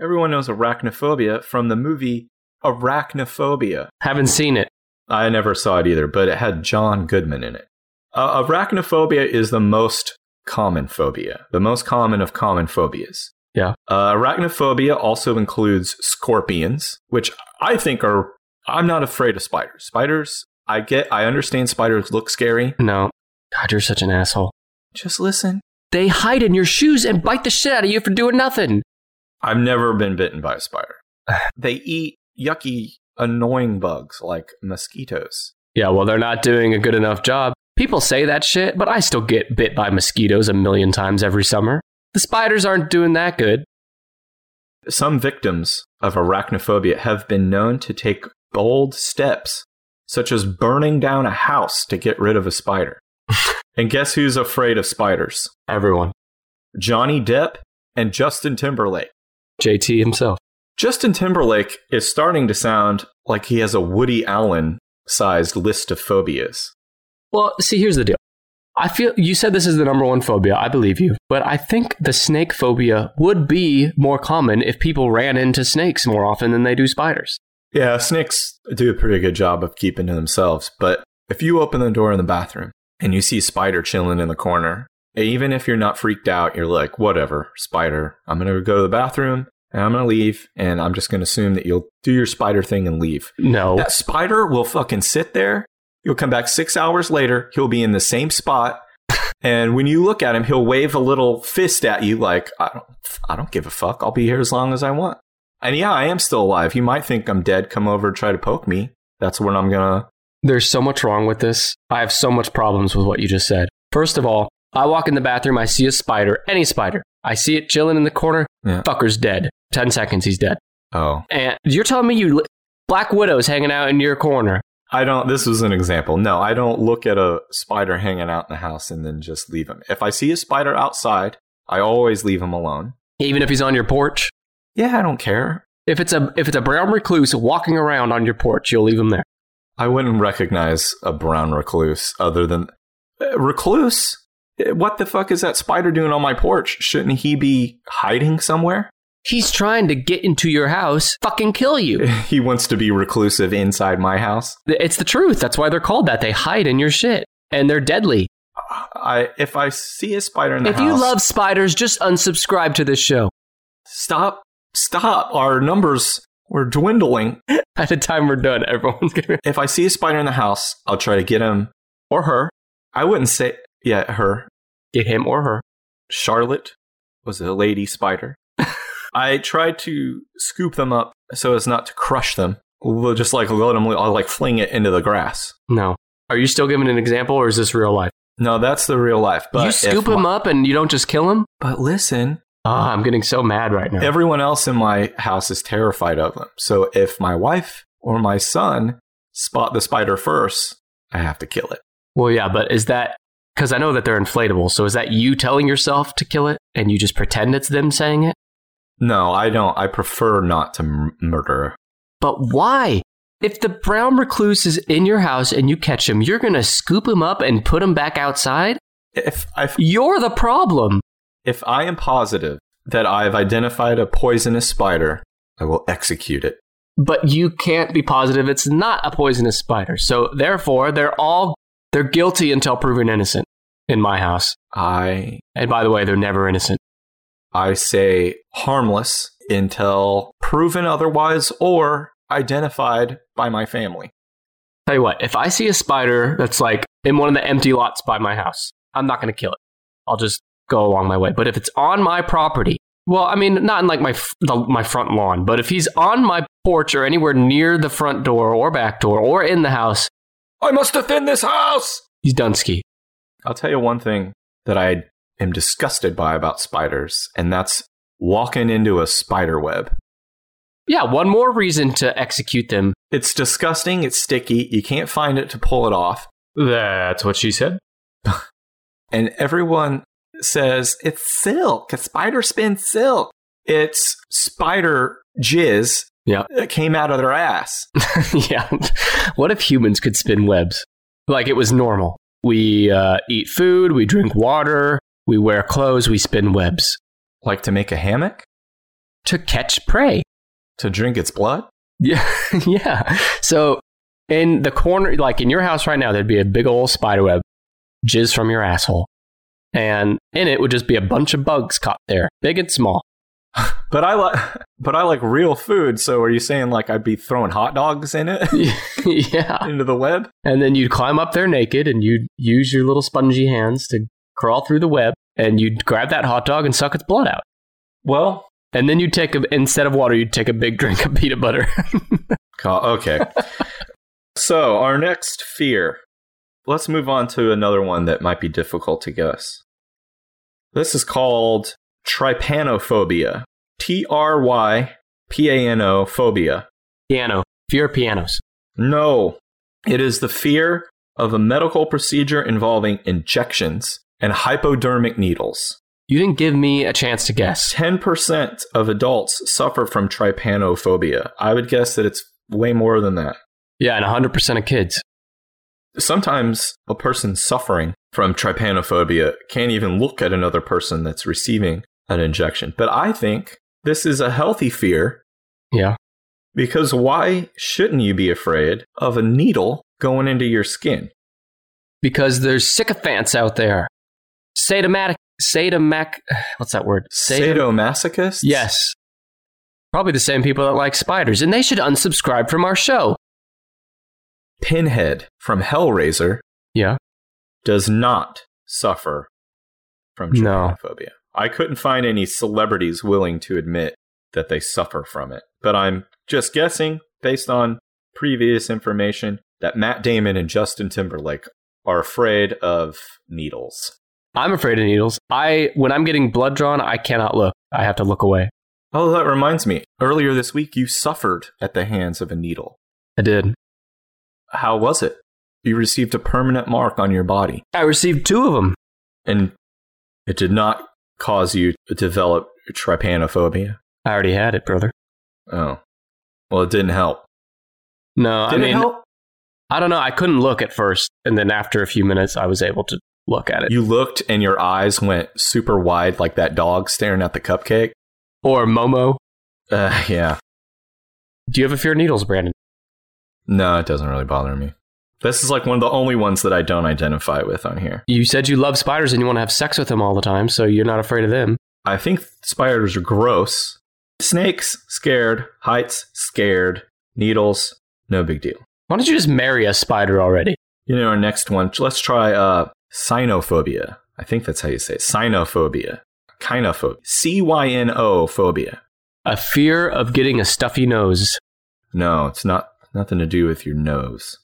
Speaker 2: everyone knows arachnophobia from the movie Arachnophobia.
Speaker 1: Haven't seen it.
Speaker 2: I never saw it either, but it had John Goodman in it. Uh, arachnophobia is the most common phobia, the most common of common phobias.
Speaker 1: Yeah.
Speaker 2: Uh, arachnophobia also includes scorpions, which I think are. I'm not afraid of spiders. Spiders, I get. I understand spiders look scary.
Speaker 1: No. God, you're such an asshole.
Speaker 2: Just listen.
Speaker 1: They hide in your shoes and bite the shit out of you for doing nothing.
Speaker 2: I've never been bitten by a spider. they eat yucky, annoying bugs like mosquitoes.
Speaker 1: Yeah, well, they're not doing a good enough job. People say that shit, but I still get bit by mosquitoes a million times every summer. The spiders aren't doing that good.
Speaker 2: Some victims of arachnophobia have been known to take bold steps, such as burning down a house to get rid of a spider. and guess who's afraid of spiders?
Speaker 1: Everyone.
Speaker 2: Johnny Depp and Justin Timberlake.
Speaker 1: JT himself.
Speaker 2: Justin Timberlake is starting to sound like he has a Woody Allen sized list of phobias.
Speaker 1: Well, see, here's the deal. I feel you said this is the number one phobia. I believe you. But I think the snake phobia would be more common if people ran into snakes more often than they do spiders.
Speaker 2: Yeah, snakes do a pretty good job of keeping to themselves, but if you open the door in the bathroom and you see a spider chilling in the corner, even if you're not freaked out, you're like, whatever, spider, I'm going to go to the bathroom and I'm going to leave and I'm just going to assume that you'll do your spider thing and leave.
Speaker 1: No.
Speaker 2: That spider will fucking sit there. You'll come back six hours later. He'll be in the same spot. And when you look at him, he'll wave a little fist at you like, I don't, I don't give a fuck. I'll be here as long as I want. And yeah, I am still alive. You might think I'm dead. Come over, try to poke me. That's when I'm going to.
Speaker 1: There's so much wrong with this. I have so much problems with what you just said. First of all, I walk in the bathroom, I see a spider, any spider. I see it chilling in the corner.
Speaker 2: Yeah.
Speaker 1: Fucker's dead. 10 seconds, he's dead.
Speaker 2: Oh,
Speaker 1: And you're telling me you. Li- Black Widow's hanging out in your corner.
Speaker 2: I don't. This was an example. No, I don't look at a spider hanging out in the house and then just leave him. If I see a spider outside, I always leave him alone.
Speaker 1: Even if he's on your porch.
Speaker 2: Yeah, I don't care.
Speaker 1: If it's a if it's a brown recluse walking around on your porch, you'll leave him there.
Speaker 2: I wouldn't recognize a brown recluse other than Uh, recluse. Uh, What the fuck is that spider doing on my porch? Shouldn't he be hiding somewhere? *laughs*
Speaker 1: He's trying to get into your house, fucking kill
Speaker 2: *laughs*
Speaker 1: you.
Speaker 2: He wants to be reclusive inside my house.
Speaker 1: It's the truth. That's why they're called that. They hide in your shit. And they're deadly.
Speaker 2: I if I see a spider in the
Speaker 1: If
Speaker 2: house,
Speaker 1: you love spiders, just unsubscribe to this show.
Speaker 2: stop, stop. Our numbers were dwindling.
Speaker 1: By the time we're done, everyone's gonna.
Speaker 2: If I see a spider in the house, I'll try to get him or her. I wouldn't say yeah her.
Speaker 1: Get him or her.
Speaker 2: Charlotte was a lady spider.
Speaker 1: *laughs*
Speaker 2: I tried to scoop them up so as not to crush them. We'll just like let them, I'll like fling it into the grass.
Speaker 1: No. Are you still giving an example or is this real life?
Speaker 2: No, that's the real life. But
Speaker 1: you scoop
Speaker 2: if
Speaker 1: him
Speaker 2: my-
Speaker 1: up and you don't just kill him?
Speaker 2: But listen,
Speaker 1: Ah, I'm getting so mad right now.
Speaker 2: everyone else in my house is terrified of them. So if my wife or my son spot the spider first, I have to kill it.
Speaker 1: well, yeah, but is that. Because I know that they're inflatable. So is that you telling yourself to kill it and you just pretend it's them saying it?
Speaker 2: No, I don't. I prefer not to m- murder.
Speaker 1: But why? If the brown recluse is in your house and you catch him, you're going to scoop him up and put him back outside?
Speaker 2: If I've,
Speaker 1: You're the problem.
Speaker 2: if I am positive that I've identified a poisonous spider, I will execute it.
Speaker 1: But you can't be positive it's not a poisonous spider. So therefore, they're all they're guilty until proven innocent in my house.
Speaker 2: I
Speaker 1: And by the way, they're never innocent.
Speaker 2: I say harmless until proven otherwise or identified by my family.
Speaker 1: Tell you what, if I see a spider that's like in one of the empty lots by my house, I'm not going to kill it. I'll just go along my way. But if it's on my property, well, I mean, not in like my f- the, my front lawn, but if he's on my porch or anywhere near the front door or back door or in the house,
Speaker 2: I must defend this house.
Speaker 1: he's Dunsky.
Speaker 2: I'll tell you one thing that I am disgusted by about spiders, and that's walking into a spider web.
Speaker 1: Yeah, one more reason to execute them.
Speaker 2: It's disgusting, it's sticky, you can't find it to pull it off,
Speaker 1: That's what she said.
Speaker 2: and everyone says it's silk, a spider spin silk. It's spider jizz
Speaker 1: Yeah.
Speaker 2: that came out of their ass. *laughs*
Speaker 1: *laughs* yeah. What if humans could spin webs? Like it was normal. We uh, eat food, we drink water, we wear clothes, we spin webs
Speaker 2: like to make a hammock?
Speaker 1: to catch prey. *laughs*
Speaker 2: To drink its blood?
Speaker 1: Yeah, yeah. So in the corner, like in your house right now, there'd be a big old spider web, jizz from your asshole, and in it would just be a bunch of bugs caught there, big and small. *laughs*
Speaker 2: But I like, *laughs* but I like real food. So are you saying like I'd be throwing hot dogs
Speaker 1: *laughs*
Speaker 2: in it *laughs*
Speaker 1: yeah,
Speaker 2: into the web?
Speaker 1: and then you'd climb up there naked, and you'd use your little spongy hands to crawl through the web, and you'd grab that hot dog and suck its blood out.
Speaker 2: Well,
Speaker 1: And then you'd take a, instead of water, you'd take a big *laughs* drink of peanut butter.
Speaker 2: ca- okay. so our next fear. Let's move on to another one that might be difficult to guess. This is called trypanophobia. T R Y P A N O phobia.
Speaker 1: Piano, fear of pianos.
Speaker 2: No, it is the fear of a medical procedure involving injections and hypodermic needles.
Speaker 1: You didn't give me a chance to guess.
Speaker 2: 10% of adults suffer from trypanophobia. I would guess that it's way more than that.
Speaker 1: Yeah, and 100% of kids.
Speaker 2: Sometimes a person suffering from trypanophobia can't even look at another person that's receiving an injection. But I think this is a healthy fear
Speaker 1: Yeah.
Speaker 2: because why shouldn't you be afraid of a needle going into your skin?
Speaker 1: because there's sycophants out there. Sadomatic, sadomac, *sighs* what's that word? Sadom-
Speaker 2: Sadomasochists?
Speaker 1: Yes. Probably the same people that like spiders, and they should unsubscribe from our show.
Speaker 2: Pinhead from Hellraiser
Speaker 1: Yeah.
Speaker 2: does not suffer from
Speaker 1: No.
Speaker 2: trypanophobia. I couldn't find any celebrities willing to admit that they suffer from it, but I'm just guessing based on previous information that Matt Damon and Justin Timberlake are afraid of needles.
Speaker 1: I'm afraid of needles. I when I'm getting blood drawn, I cannot look. I have to look away.
Speaker 2: Oh, that reminds me. Earlier this week, you suffered at the hands of a needle.
Speaker 1: I did.
Speaker 2: How was it? You received a permanent mark on your body,
Speaker 1: I received two of them.
Speaker 2: and it did not cause you to develop trypanophobia.
Speaker 1: I already had it, brother.
Speaker 2: Oh. Well, it didn't help.
Speaker 1: No, I
Speaker 2: Did
Speaker 1: mean,
Speaker 2: it help?
Speaker 1: I don't know. I couldn't look at first, and then after a few minutes, I was able to look at it.
Speaker 2: You looked and your eyes went super wide like that dog staring at the cupcake.
Speaker 1: Or Momo,
Speaker 2: Uh, yeah.
Speaker 1: do you have a fear of needles, Brandon?
Speaker 2: No, it doesn't really bother me. This is like one of the only ones that I don't identify with on here.
Speaker 1: You said you love spiders and you want to have sex with them all the time, so you're not afraid of them.
Speaker 2: I think spiders are gross. Snakes, scared. Heights, scared. Needles, no big deal.
Speaker 1: Why don't you just marry a spider already?
Speaker 2: You know, our next one, let's try uh, cynophobia. I think that's how you say it. Cynophobia. Kynophobia. C Y N O phobia.
Speaker 1: A fear of getting a stuffy nose.
Speaker 2: No, it's not nothing to do with your nose.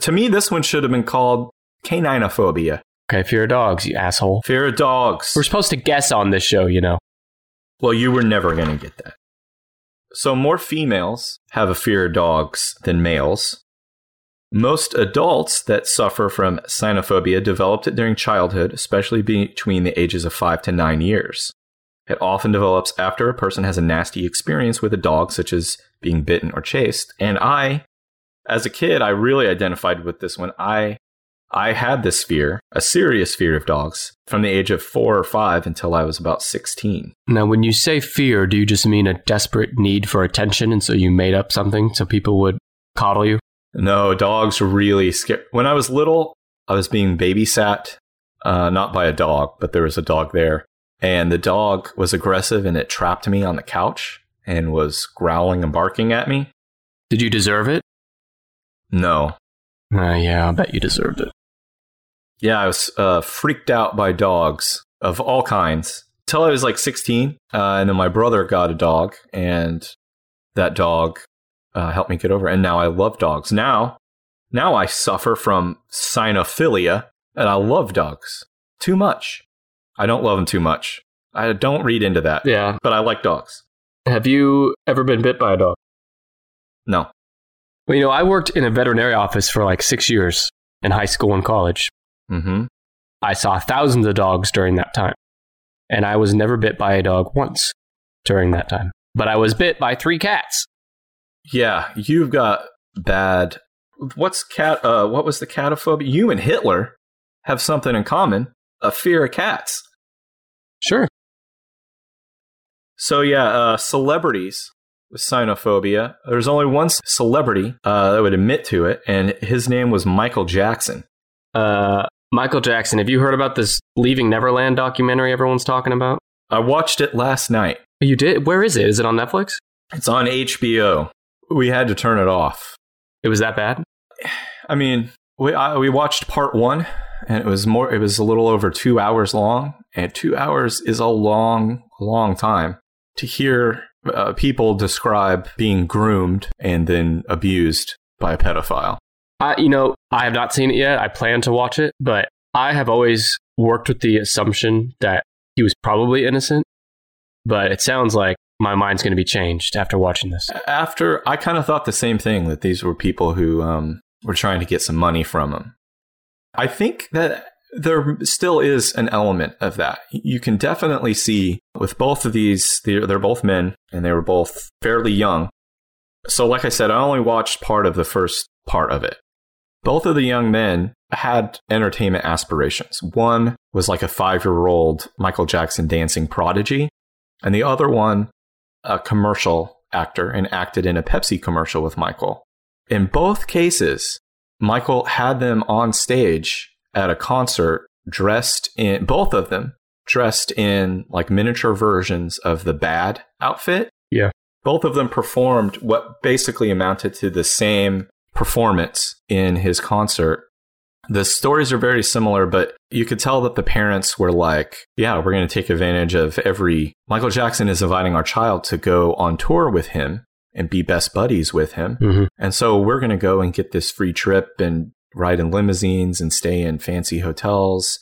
Speaker 2: To me, this one should have been called caninophobia.
Speaker 1: Okay, fear of dogs, you asshole.
Speaker 2: Fear of dogs.
Speaker 1: We're supposed to guess on this show, you know.
Speaker 2: well, you were never going to get that. So, more females have a fear of dogs than males. Most adults that suffer from cynophobia developed it during childhood, especially between the ages of five to nine years. It often develops after a person has a nasty experience with a dog, such as being bitten or chased. And I as a kid, I really identified with this one. I I had this fear, a serious fear of dogs, from the age of four or five until I was about sixteen.
Speaker 1: Now, when you say fear, do you just mean a desperate need for attention, and so you made up something so people would coddle you?
Speaker 2: No, dogs really scare. When I was little, I was being babysat, uh, not by a dog, but there was a dog there, and the dog was aggressive and it trapped me on the couch and was growling and barking at me.
Speaker 1: Did you deserve it?
Speaker 2: No,
Speaker 1: Uh, yeah, I bet you deserved it.
Speaker 2: Yeah, I was uh, freaked out by dogs of all kinds until I was like 16. Uh, and then my brother got a dog, and that dog uh, helped me get over. it. And now I love dogs. Now, now I suffer from cynophilia, and I love dogs too much. I don't love them too much. I don't read into that,
Speaker 1: Yeah.
Speaker 2: but I like dogs.
Speaker 1: Have you ever been bit by a dog?
Speaker 2: No.
Speaker 1: Well, you know, I worked in a veterinary office for like six years in high school and college.
Speaker 2: Mm-hmm.
Speaker 1: I saw thousands of dogs during that time. And I was never bit by a dog once during that time. But I was bit by three cats.
Speaker 2: Yeah, you've got bad. What's cat? Uh, what was the catophobia? You and Hitler have something in common: a fear of cats.
Speaker 1: Sure.
Speaker 2: So yeah, uh, celebrities with cynophobia. There's only one c- celebrity uh, that would admit to it, and his name was Michael Jackson.
Speaker 1: Uh, Michael Jackson, have you heard about this Leaving Neverland documentary everyone's talking about?
Speaker 2: I watched it last night.
Speaker 1: You did? Where is it? Is it on Netflix?
Speaker 2: It's on HBO. We had to turn it off.
Speaker 1: It was that bad?
Speaker 2: I mean, we I, we watched part one, and it was more. It was a little over two hours long, and two hours is a long, long time to hear uh, people describe being groomed and then abused by a pedophile.
Speaker 1: I, you know, I have not seen it yet. I plan to watch it, but I have always worked with the assumption that he was probably innocent. But it sounds like my mind's going to be changed after watching this.
Speaker 2: After I kind of thought the same thing that these were people who um, were trying to get some money from him. I think that there still is an element of that. You can definitely see with both of these, they're, they're both men and they were both fairly young. So, like I said, I only watched part of the first part of it. Both of the young men had entertainment aspirations. One was like a five year old Michael Jackson dancing prodigy, and the other one, a commercial actor, and acted in a Pepsi commercial with Michael. In both cases, Michael had them on stage at a concert dressed in both of them dressed in like miniature versions of the bad outfit.
Speaker 1: Yeah.
Speaker 2: Both of them performed what basically amounted to the same performance in his concert. The stories are very similar, but you could tell that the parents were like, yeah, we're going to take advantage of every. Michael Jackson is inviting our child to go on tour with him and be best buddies with him.
Speaker 1: Mm-hmm.
Speaker 2: And so we're going to go and get this free trip and ride in limousines and stay in fancy hotels.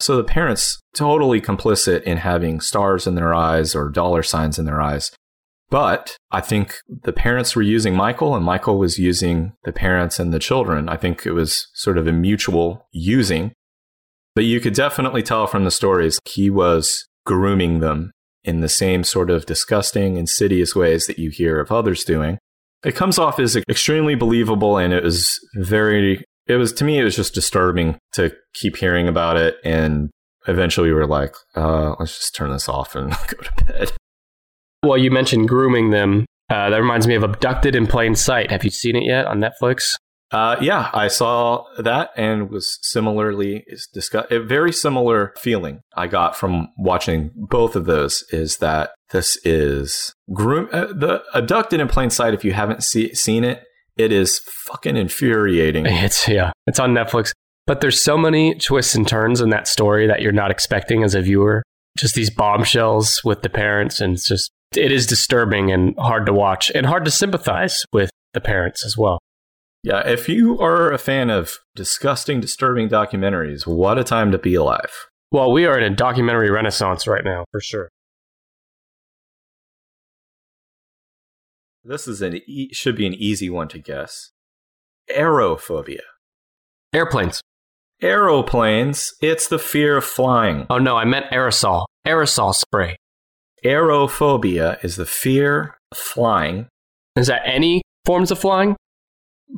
Speaker 2: So the parents totally complicit in having stars in their eyes or dollar signs in their eyes. But I think the parents were using Michael and Michael was using the parents and the children. I think it was sort of a mutual using. But you could definitely tell from the stories he was grooming them in the same sort of disgusting, insidious ways that you hear of others doing it comes off as extremely believable and it was very it was to me it was just disturbing to keep hearing about it and eventually we were like uh let's just turn this off and *laughs* go to bed
Speaker 1: Well, you mentioned grooming them. Uh, that reminds me of Abducted in Plain Sight. Have you seen it yet on Netflix?
Speaker 2: uh yeah i saw that and was similarly is discuss a very similar feeling i got from watching both of those is that this is groom uh, the abducted in plain sight if you haven't see- seen it it is fucking
Speaker 1: *laughs*
Speaker 2: infuriating
Speaker 1: It's yeah, it's on Netflix. But there's so many twists and turns in that story that you're not expecting as a viewer. Just these bombshells with the parents, and it's just it is disturbing and hard to watch and hard to sympathize with the parents as well.
Speaker 2: Yeah, if you are a fan of disgusting, disturbing documentaries, what a time to be alive.
Speaker 1: Well, we are in a documentary renaissance right now, for sure.
Speaker 2: This is an e- should be an easy one to guess. Aerophobia.
Speaker 1: Airplanes.
Speaker 2: Aeroplanes, it's the fear of flying.
Speaker 1: Oh no, I meant aerosol. Aerosol spray.
Speaker 2: Aerophobia is the fear of flying.
Speaker 1: Is that any forms of flying?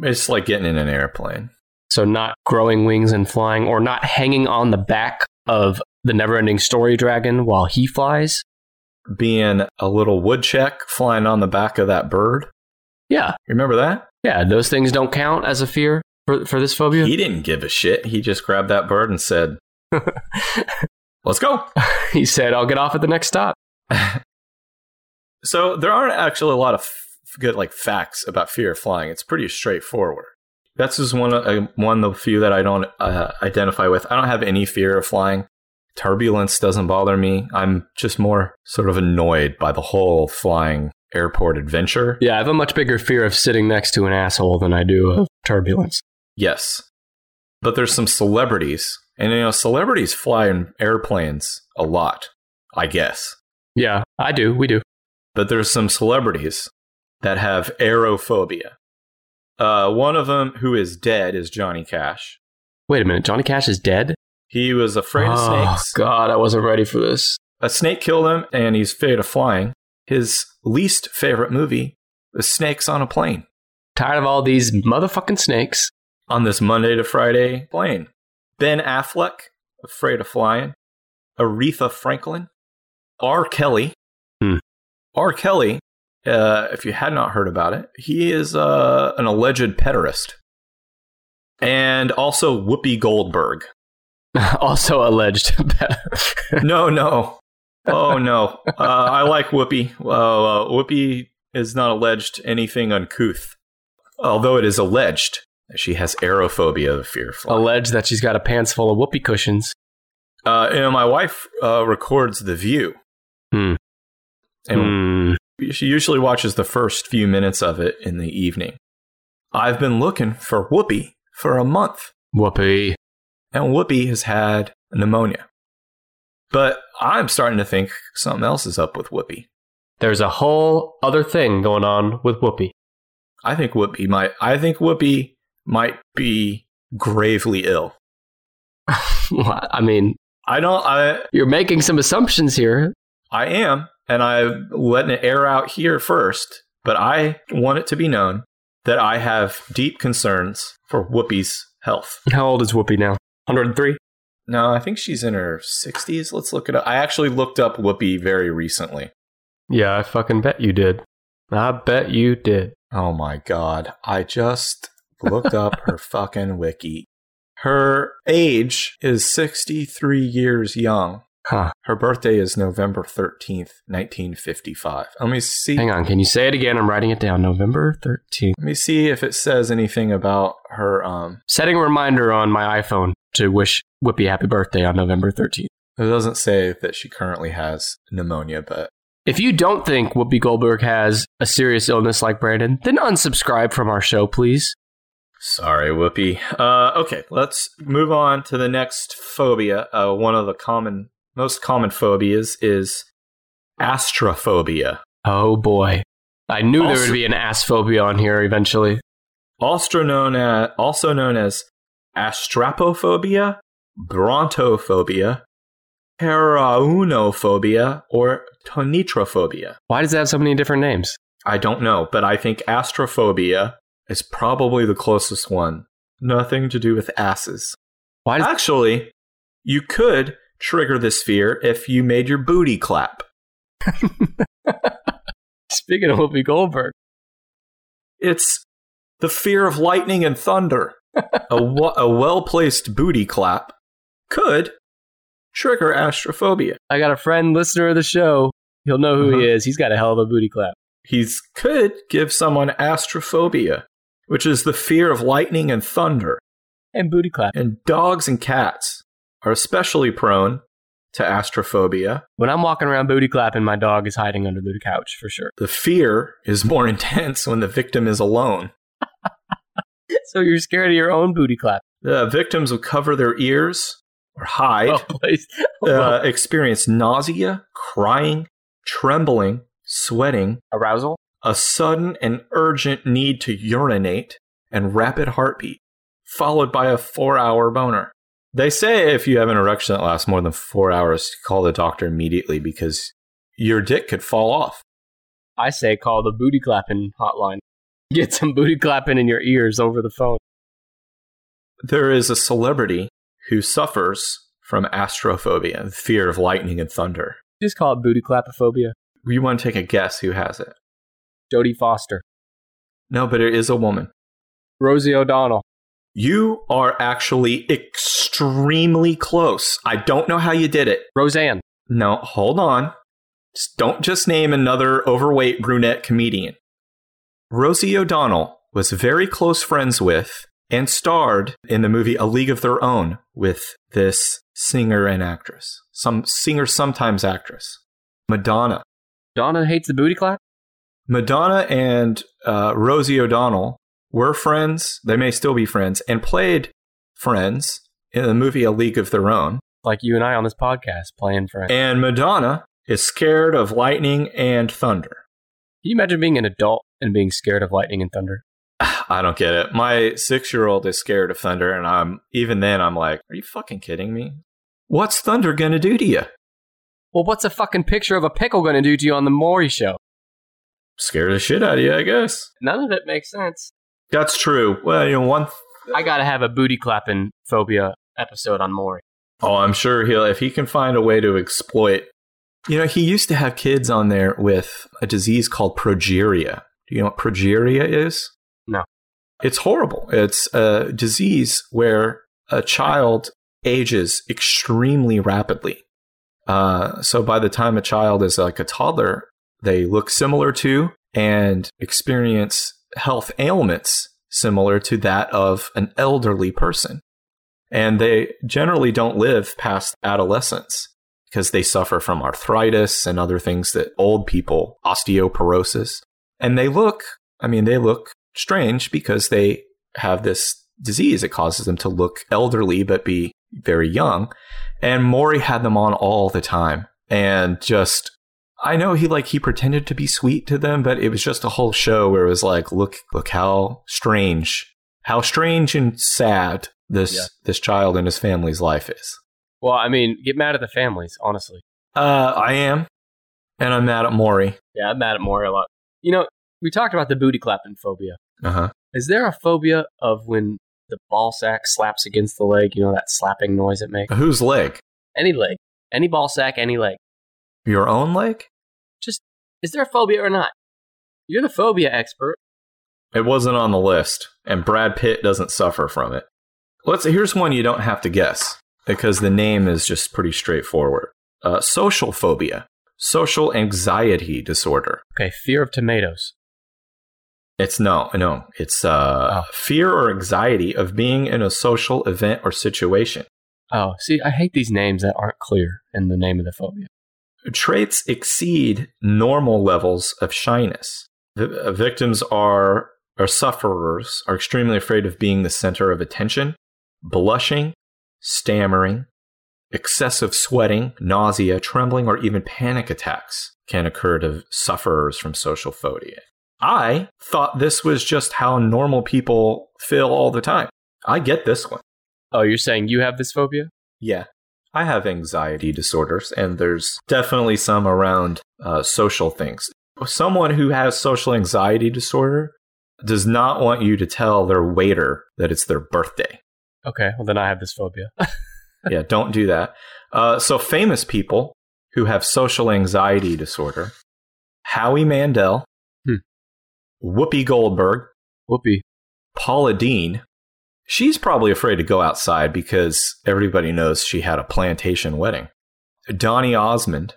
Speaker 2: It's like getting in an airplane.
Speaker 1: So, not growing wings and flying, or not hanging on the back of the never ending story dragon while he flies.
Speaker 2: Being a little woodchuck flying on the back of that bird.
Speaker 1: Yeah.
Speaker 2: Remember that?
Speaker 1: Yeah. Those things don't count as a fear for, for this phobia.
Speaker 2: He didn't give a shit. He just grabbed that bird and said, Let's go.
Speaker 1: *laughs* he said, I'll get off at the next stop.
Speaker 2: So there aren't actually a lot of f- good like facts about fear of flying. It's pretty straightforward. That's just one of, uh, one of the few that I don't uh, identify with. I don't have any fear of flying. Turbulence doesn't bother me. I'm just more sort of annoyed by the whole flying airport adventure.
Speaker 1: Yeah, I have a much bigger fear of sitting next to an asshole than I do of turbulence.
Speaker 2: Yes. But there's some celebrities, and you know, celebrities fly in airplanes a lot, I guess.
Speaker 1: Yeah, I do. We do.
Speaker 2: but there's some celebrities that have aerophobia. Uh, one of them who is dead is Johnny Cash.
Speaker 1: Wait a minute. Johnny Cash is dead?
Speaker 2: He was afraid of
Speaker 1: oh,
Speaker 2: snakes.
Speaker 1: God, I wasn't ready for this.
Speaker 2: A snake killed him, and he's afraid of flying. His least favorite movie was Snakes on a Plane
Speaker 1: Tired of all these motherfucking snakes. *laughs*
Speaker 2: on this Monday to Friday plane. Ben Affleck, afraid of flying. Aretha Franklin. R. Kelly.
Speaker 1: Hmm.
Speaker 2: R. Kelly, uh, if you had not heard about it, he is uh, an alleged pederast. And also Whoopi Goldberg.
Speaker 1: also alleged. *laughs*
Speaker 2: No, no. Oh, no. Uh, I like Whoopi. Uh, Whoopi is not alleged anything uncouth, although it is alleged that she has aerophobia, the fear of flying.
Speaker 1: alleged that she's got a pants full of whoopee cushions.
Speaker 2: Uh, you know, my wife uh, records The View.
Speaker 1: Hmm.
Speaker 2: And
Speaker 1: Hmm.
Speaker 2: she usually watches the first few minutes of it in the evening. I've been looking for Whoopi for a month,
Speaker 1: Whoopee.
Speaker 2: and Whoopi has had pneumonia. But I'm starting to think something else is up with Whoopi.
Speaker 1: There's a whole other thing going on with whoopee. *laughs*
Speaker 2: I think Whoopi might. I think Whoopi might be gravely ill.
Speaker 1: Well, I mean,
Speaker 2: I don't. I
Speaker 1: you're making some assumptions here.
Speaker 2: I am, and I'm letting it air out here first, but I want it to be known that I have deep concerns for Whoopi's health.
Speaker 1: How old is whoopee now? 103?
Speaker 2: No, I think she's in her 60s. Let's look it up. I actually looked up Whoopi very recently.
Speaker 1: Yeah, I fucking bet you did. I bet you did.
Speaker 2: Oh my God. I just
Speaker 1: *laughs*
Speaker 2: looked up her fucking wiki. Her age is 63 years young.
Speaker 1: Huh.
Speaker 2: Her birthday is November 13th, 1955. Let me see.
Speaker 1: Hang on. Can you say it again? I'm writing it down. November 13th.
Speaker 2: Let me see if it says anything about her um
Speaker 1: Setting a reminder on my iPhone to wish Whoopi happy birthday on November 13th.
Speaker 2: It doesn't say that she currently has pneumonia, but
Speaker 1: If you don't think Whoopi Goldberg has a serious illness like Brandon, then unsubscribe from our show, please.
Speaker 2: sorry, Whoopi. Uh, okay, let's move on to the next phobia. Uh, one of the common, most common phobias is astrophobia.
Speaker 1: Oh boy. I knew there
Speaker 2: Also-
Speaker 1: would be an ass phobia on here eventually.
Speaker 2: Also known as, also known as astrapophobia, brontophobia, paraunophobia, or tonitrophobia.
Speaker 1: Why does it have so many different names?
Speaker 2: I don't know, but I think astrophobia is probably the closest one. Nothing to do with asses.
Speaker 1: Why does
Speaker 2: Actually, you could trigger this fear if you made your booty clap.
Speaker 1: Speaking of Whoopi Goldberg,
Speaker 2: It's the fear of lightning and thunder. a, wa- a well placed booty clap could trigger astrophobia.
Speaker 1: I got a friend listener of the show. He'll know who he
Speaker 2: Uh-huh.
Speaker 1: is. He's got a hell of a booty clap.
Speaker 2: He's could give someone astrophobia, which is the fear of lightning and thunder.
Speaker 1: And booty clap.
Speaker 2: And dogs and cats are especially prone to astrophobia.
Speaker 1: When I'm walking around booty clapping, my dog is hiding under the couch for sure. *laughs*
Speaker 2: The fear is more *laughs* intense when the victim is alone.
Speaker 1: So you're scared of your own booty clap.
Speaker 2: The victims will cover their ears or
Speaker 1: *laughs*
Speaker 2: hide,
Speaker 1: Oh, please.
Speaker 2: uh, experience nausea, crying, trembling, sweating,
Speaker 1: Arousal?
Speaker 2: a sudden and urgent need to urinate, and rapid heartbeat, followed by a four hour boner. They say if you have an erection that lasts more than four hours, to call the doctor immediately because your dick could fall off.
Speaker 1: I say call the booty clapping hotline. *laughs* Get some booty clapping in your ears over the phone.
Speaker 2: There is a celebrity who suffers from astrophobia, the fear of lightning and thunder.
Speaker 1: Just call it booty clapophobia.
Speaker 2: You want to take a guess who has it?
Speaker 1: Jodie Foster,
Speaker 2: No, but it is a woman.
Speaker 1: Rosie O'Donnell.
Speaker 2: You are actually extremely close. I don't know how you did it.
Speaker 1: Roseanne.
Speaker 2: No, hold on. Just don't just name another overweight brunette comedian. Rosie O'Donnell was very close friends with and starred in the movie A League of Their Own with this singer and actress. Some singer, sometimes actress. Madonna.
Speaker 1: Donna hates the booty clap?
Speaker 2: Madonna and uh, Rosie O'Donnell were friends. They may still be friends and played friends in the movie A League of Their Own.
Speaker 1: Like you and I on this podcast playing friends. Can
Speaker 2: And Madonna is scared of lightning and thunder. *sighs*
Speaker 1: you imagine being an adult and being scared of lightning and thunder?
Speaker 2: I don't get it. My six year old is scared of thunder, and I'm even then I'm like, are you fucking kidding me? What's thunder gonna do to you?
Speaker 1: Well, what's a fucking picture of a pickle going to do to you on the Maury show?
Speaker 2: Scare the shit out of you, I guess.
Speaker 1: None of it makes sense.
Speaker 2: That's true. Well, you know, one.
Speaker 1: I got to have a booty clapping phobia episode on Maury.
Speaker 2: Oh, I'm sure he'll if he can find a way to exploit. You know, he used to have kids on there with a disease called progeria. Do you know what progeria is?
Speaker 1: No.
Speaker 2: It's horrible. It's a disease where a child ages extremely rapidly. Uh, so by the time a child is like a toddler, they look similar to and experience health ailments similar to that of an elderly person. And they generally don't live past adolescence because they suffer from arthritis and other things that old people, osteoporosis. And they look, I mean, they look strange because they have this disease. It causes them to look elderly but be very young. And Maury had them on all the time. And just, I know he like, he pretended to be sweet to them, but it was just a whole show where it was like, look, look how strange, how strange and sad this,
Speaker 1: Yeah.
Speaker 2: this child and his family's life is.
Speaker 1: Well, I mean, get mad at the families, honestly.
Speaker 2: Uh, I am. And I'm mad at Maury.
Speaker 1: Yeah, I'm mad at Maury a lot. You know, we talked about the booty clapping phobia.
Speaker 2: Uh huh.
Speaker 1: Is there a phobia of when the ball sack slaps against the leg? You know, that slapping noise it *laughs* makes?
Speaker 2: Whose leg?
Speaker 1: Any leg, any ball sack, any leg.
Speaker 2: Your own leg?
Speaker 1: Is there a phobia or not? You're the phobia expert.
Speaker 2: It wasn't on the list, and Brad Pitt doesn't suffer from it. Let's here's one you don't have to guess because the name is just pretty straightforward. Uh, social phobia, social anxiety disorder.
Speaker 1: Okay, fear of tomatoes.
Speaker 2: It's no, no, it's uh, fear or anxiety of being in a social event or situation.
Speaker 1: Oh, see, I hate these names that aren't clear in the name of the phobia.
Speaker 2: traits exceed normal levels of shyness. The uh, victims are or sufferers are extremely afraid of being the center of attention, blushing, stammering, excessive sweating, nausea, trembling, or even panic attacks can occur to sufferers from social phobia. I thought this was just how normal people feel all the time. I get this one.
Speaker 1: Oh, you're saying you have this phobia?
Speaker 2: Yeah. I have anxiety disorders, and there's definitely some around uh, social things. Someone who has social anxiety disorder does not want you to tell their waiter that it's their birthday.
Speaker 1: Okay, well, then I have this phobia. *laughs*
Speaker 2: yeah, don't do that. Uh, so, famous people who have social anxiety disorder Howie Mandel,
Speaker 1: Hmm.
Speaker 2: Whoopi Goldberg,
Speaker 1: Whoopee.
Speaker 2: Paula Dean, she's probably afraid to go outside because everybody knows she had a plantation wedding. Donnie Osmond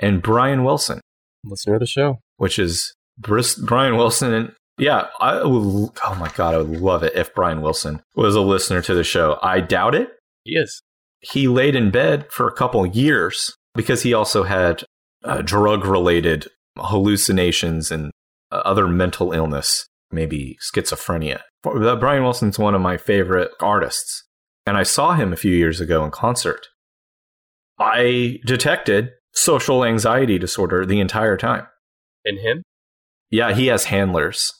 Speaker 2: and Brian Wilson,
Speaker 1: Listener of the show.
Speaker 2: which is Bris- Brian Wilson. And yeah, I would, oh my God, I would love it if Brian Wilson was a listener to the show. I doubt it.
Speaker 1: He is.
Speaker 2: He laid in bed for a couple years because he also had uh, drug related hallucinations and uh, other mental illness, maybe schizophrenia. For- uh, Brian Wilson's one of my favorite artists, and I saw him a few years ago in concert. I detected social anxiety disorder the entire time.
Speaker 1: And him?
Speaker 2: Yeah, he has handlers.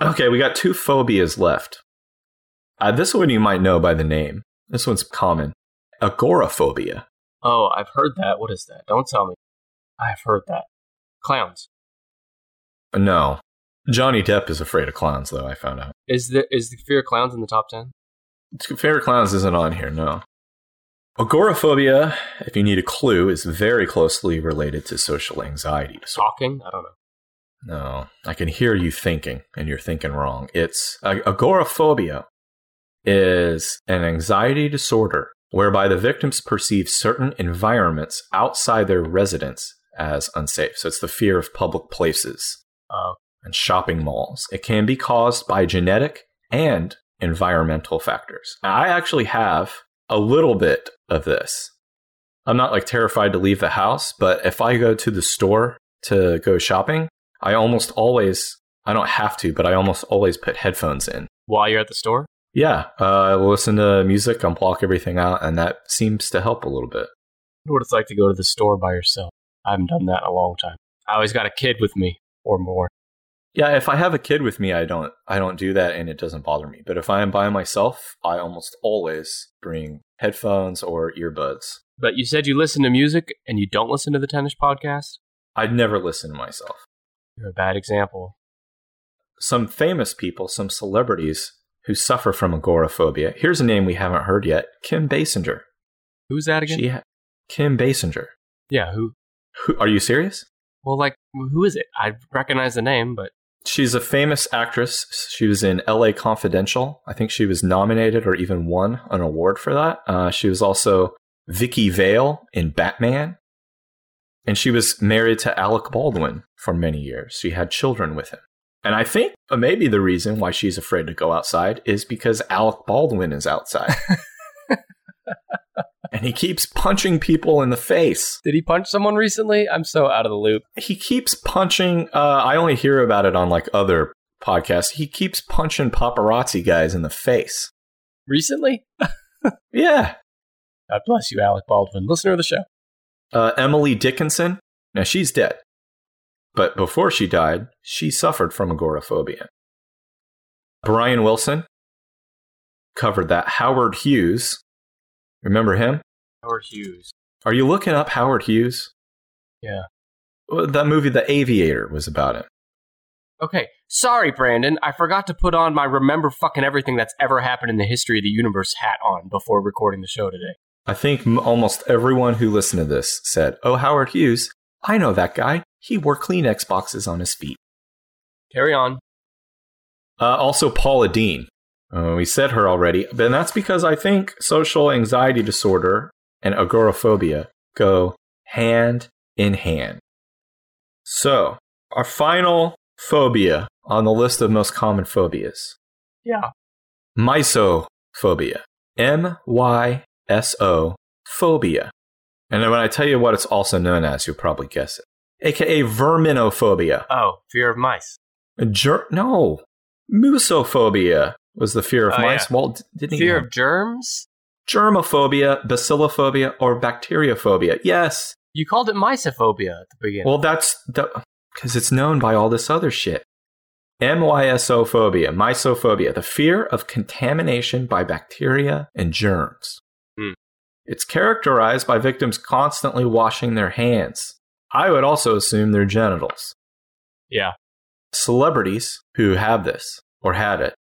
Speaker 2: Okay, we got two phobias left. Uh, this one you might know by the name. This one's common. Agoraphobia.
Speaker 1: Oh, I've heard that. What is that? Don't tell me. I've heard that. Clowns.
Speaker 2: No. Johnny Depp is afraid of clowns, though, I found out.
Speaker 1: Is there is the fear of clowns in the top ten?
Speaker 2: Favorite Clowns isn't on here, no. Agoraphobia, if you need a clue, is very closely related to social anxiety disorder.
Speaker 1: Talking? I don't know.
Speaker 2: No, I can hear you thinking, and you're thinking wrong. It's ag- agoraphobia is an anxiety disorder whereby the victims perceive certain environments outside their residence as unsafe. So it's the fear of public places
Speaker 1: Oh.
Speaker 2: and shopping malls. It can be caused by genetic and environmental factors. Now, I actually have a little bit of this. I'm not like terrified to leave the house, but if I go to the store to go shopping, I almost always, I don't have to, but I almost always put headphones in.
Speaker 1: While you're at the store?
Speaker 2: Yeah, uh, I listen to music, and block everything out, and that seems to help a little bit.
Speaker 1: I wonder what it's like to go to the store by yourself. I haven't done that in a long time. I always got a kid with me or more.
Speaker 2: Yeah, if I have a kid with me, I don't I don't do that and it doesn't bother me. But if I am by myself, I almost always bring headphones or earbuds.
Speaker 1: But you said you listen to music and you don't listen to the tennis podcast?
Speaker 2: I'd never listen to myself.
Speaker 1: You're a bad example.
Speaker 2: Some famous people, some celebrities who suffer from agoraphobia. Here's a name we haven't heard yet, Kim Basinger.
Speaker 1: Who's that again?
Speaker 2: She ha- Kim Basinger.
Speaker 1: yeah, who?
Speaker 2: Who, are you serious?
Speaker 1: Well, like, who is it? I recognize the name, but
Speaker 2: She's a famous actress. She was in LA Confidential. I think she was nominated or even won an award for that. Uh, she was also Vicky Vale in Batman. And she was married to Alec Baldwin for many years. She had children with him. And I think uh, maybe the reason why she's afraid to go outside is because Alec Baldwin is outside. and he keeps punching people in the face
Speaker 1: did he punch someone recently? I'm so out of the loop.
Speaker 2: he keeps punching uh i only hear about it on like other podcasts he keeps punching paparazzi guys in the face
Speaker 1: Recently?
Speaker 2: yeah
Speaker 1: God bless you, Alec Baldwin, listener of the show.
Speaker 2: uh emily dickinson now she's dead but before she died she suffered from agoraphobia brian wilson covered that howard hughes remember him
Speaker 1: Howard Hughes.
Speaker 2: are you looking up howard hughes
Speaker 1: Yeah.
Speaker 2: Well, that movie the aviator was about him
Speaker 1: Okay. Sorry, Brandon. I forgot to put on my remember fucking everything that's ever happened in the history of the universe hat on before recording the show today.
Speaker 2: I think m- almost everyone who listened to this said, Oh, Howard Hughes, I know that guy. He wore Kleenex boxes on his feet.
Speaker 1: Carry on.
Speaker 2: Uh, also, Paula Dean. Uh, we said her already. But that's because I think social anxiety disorder and agoraphobia go hand in hand. So, our final phobia on the list of most common phobias
Speaker 1: Yeah.
Speaker 2: Mysophobia. M Y S O phobia. And then when I tell you what it's also known as, you'll probably guess it. AKA verminophobia.
Speaker 1: Oh, fear of mice.
Speaker 2: Ger- no. Musophobia was the fear of
Speaker 1: Oh,
Speaker 2: mice. Well, d- didn't
Speaker 1: Fear
Speaker 2: he?
Speaker 1: of germs?
Speaker 2: Germophobia, bacillophobia, or bacteriophobia. Yes.
Speaker 1: You called it mysophobia at the beginning.
Speaker 2: Well, that's because it's known by all this other shit. MYSOphobia, mysophobia, the fear of contamination by bacteria and germs.
Speaker 1: Hmm.
Speaker 2: It's characterized by victims constantly washing their hands. I would also assume their genitals.
Speaker 1: yeah.
Speaker 2: Celebrities who have this or had it.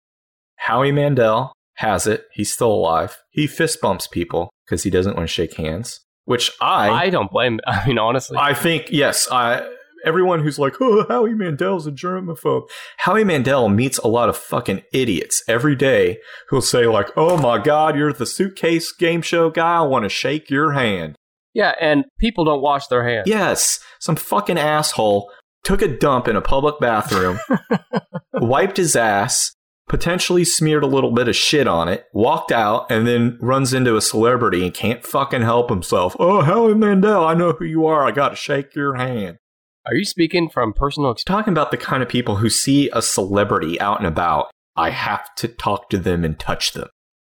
Speaker 2: Howie Mandel has it. He's still alive. He fist bumps people because he doesn't want to shake hands, which I
Speaker 1: I don't blame. *laughs* I mean, honestly,
Speaker 2: I think yes. I everyone who's like, oh, Howie Mandel's a germaphobe. Howie Mandel meets a lot of fucking idiots every day who'll say like, oh my god, you're the suitcase game show guy. I want to shake your hand.
Speaker 1: yeah. And people don't wash their hands.
Speaker 2: Yes, some fucking asshole took a dump in a public bathroom, wiped his ass. Potentially smeared a little bit of shit on it, walked out, and then runs into a celebrity and can't fucking help himself. Oh, Howie Mandel, I know who you are. I gotta shake your hand.
Speaker 1: Are you speaking from personal? Ex-
Speaker 2: talking about the kind of people who see a celebrity out and about, I have to talk to them and touch them.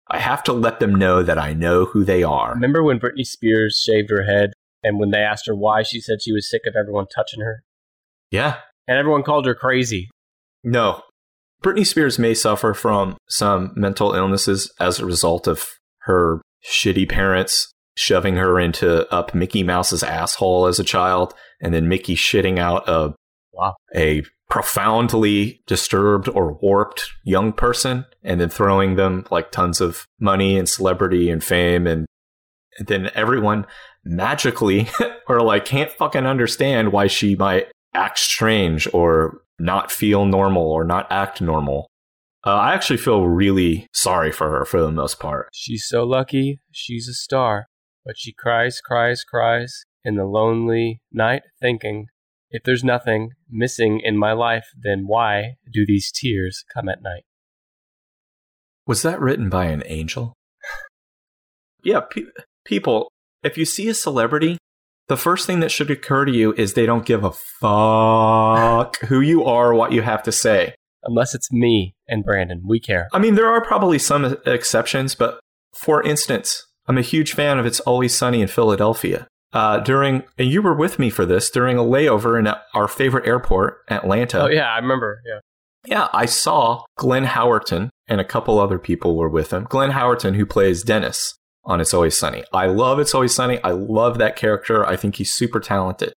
Speaker 2: I have to let them know that I know who they are.
Speaker 1: Remember when Britney Spears shaved her head, and when they asked her why, she said she was sick of everyone touching her,
Speaker 2: Yeah.
Speaker 1: and everyone called her crazy.
Speaker 2: No. Britney Spears may suffer from some mental illnesses as a result of her shitty parents shoving her into up Mickey Mouse's asshole as a child and then Mickey shitting out a
Speaker 1: Wow.
Speaker 2: a profoundly disturbed or warped young person and then throwing them like tons of money and celebrity and fame and then everyone magically *laughs* or like can't fucking understand why she might act strange or not feel normal or not act normal. Uh, I actually feel really sorry for her for the most part.
Speaker 1: She's so lucky. She's a star. But she cries, cries, cries in the lonely night, thinking, if there's nothing missing in my life, then why do these tears come at night?
Speaker 2: Was that written by an angel? yeah, pe- people, if you see a celebrity, the first thing that should occur to you is they don't give a fuck who you are, what you have to say.
Speaker 1: Unless it's me and Brandon. We care.
Speaker 2: I mean, there are probably some e-, exceptions, but for instance, I'm a huge fan of It's Always Sunny in Philadelphia. Uh, during, and you were with me for this, during a layover in our favorite airport, Atlanta.
Speaker 1: Oh, yeah, I remember. Yeah.
Speaker 2: Yeah, I saw Glenn Howerton and a couple other people were with him. Glenn Howerton, who plays Dennis on It's Always Sunny. I love It's Always Sunny. I love that character. I think he's super talented.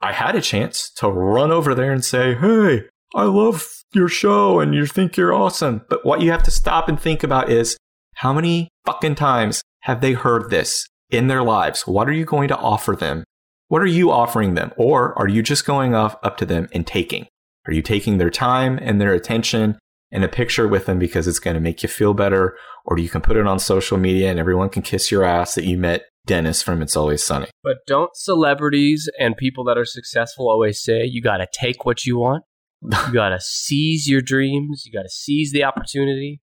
Speaker 2: I had a chance to run over there and say, Hey, I love your show and you think you're awesome. But what you have to stop and think about is how many fucking times have they heard this in their lives? What are you going to offer them? What are you offering them? Or are you just going off up to them and taking? Are you taking their time and their attention and a picture with them because it's going to make you feel better? Or you can put it on social media and everyone can kiss your ass that you met Dennis from It's Always Sunny.
Speaker 1: But don't celebrities and people that are successful always say, you got to take what you want? You got to *laughs* seize your dreams. You got to seize the opportunity.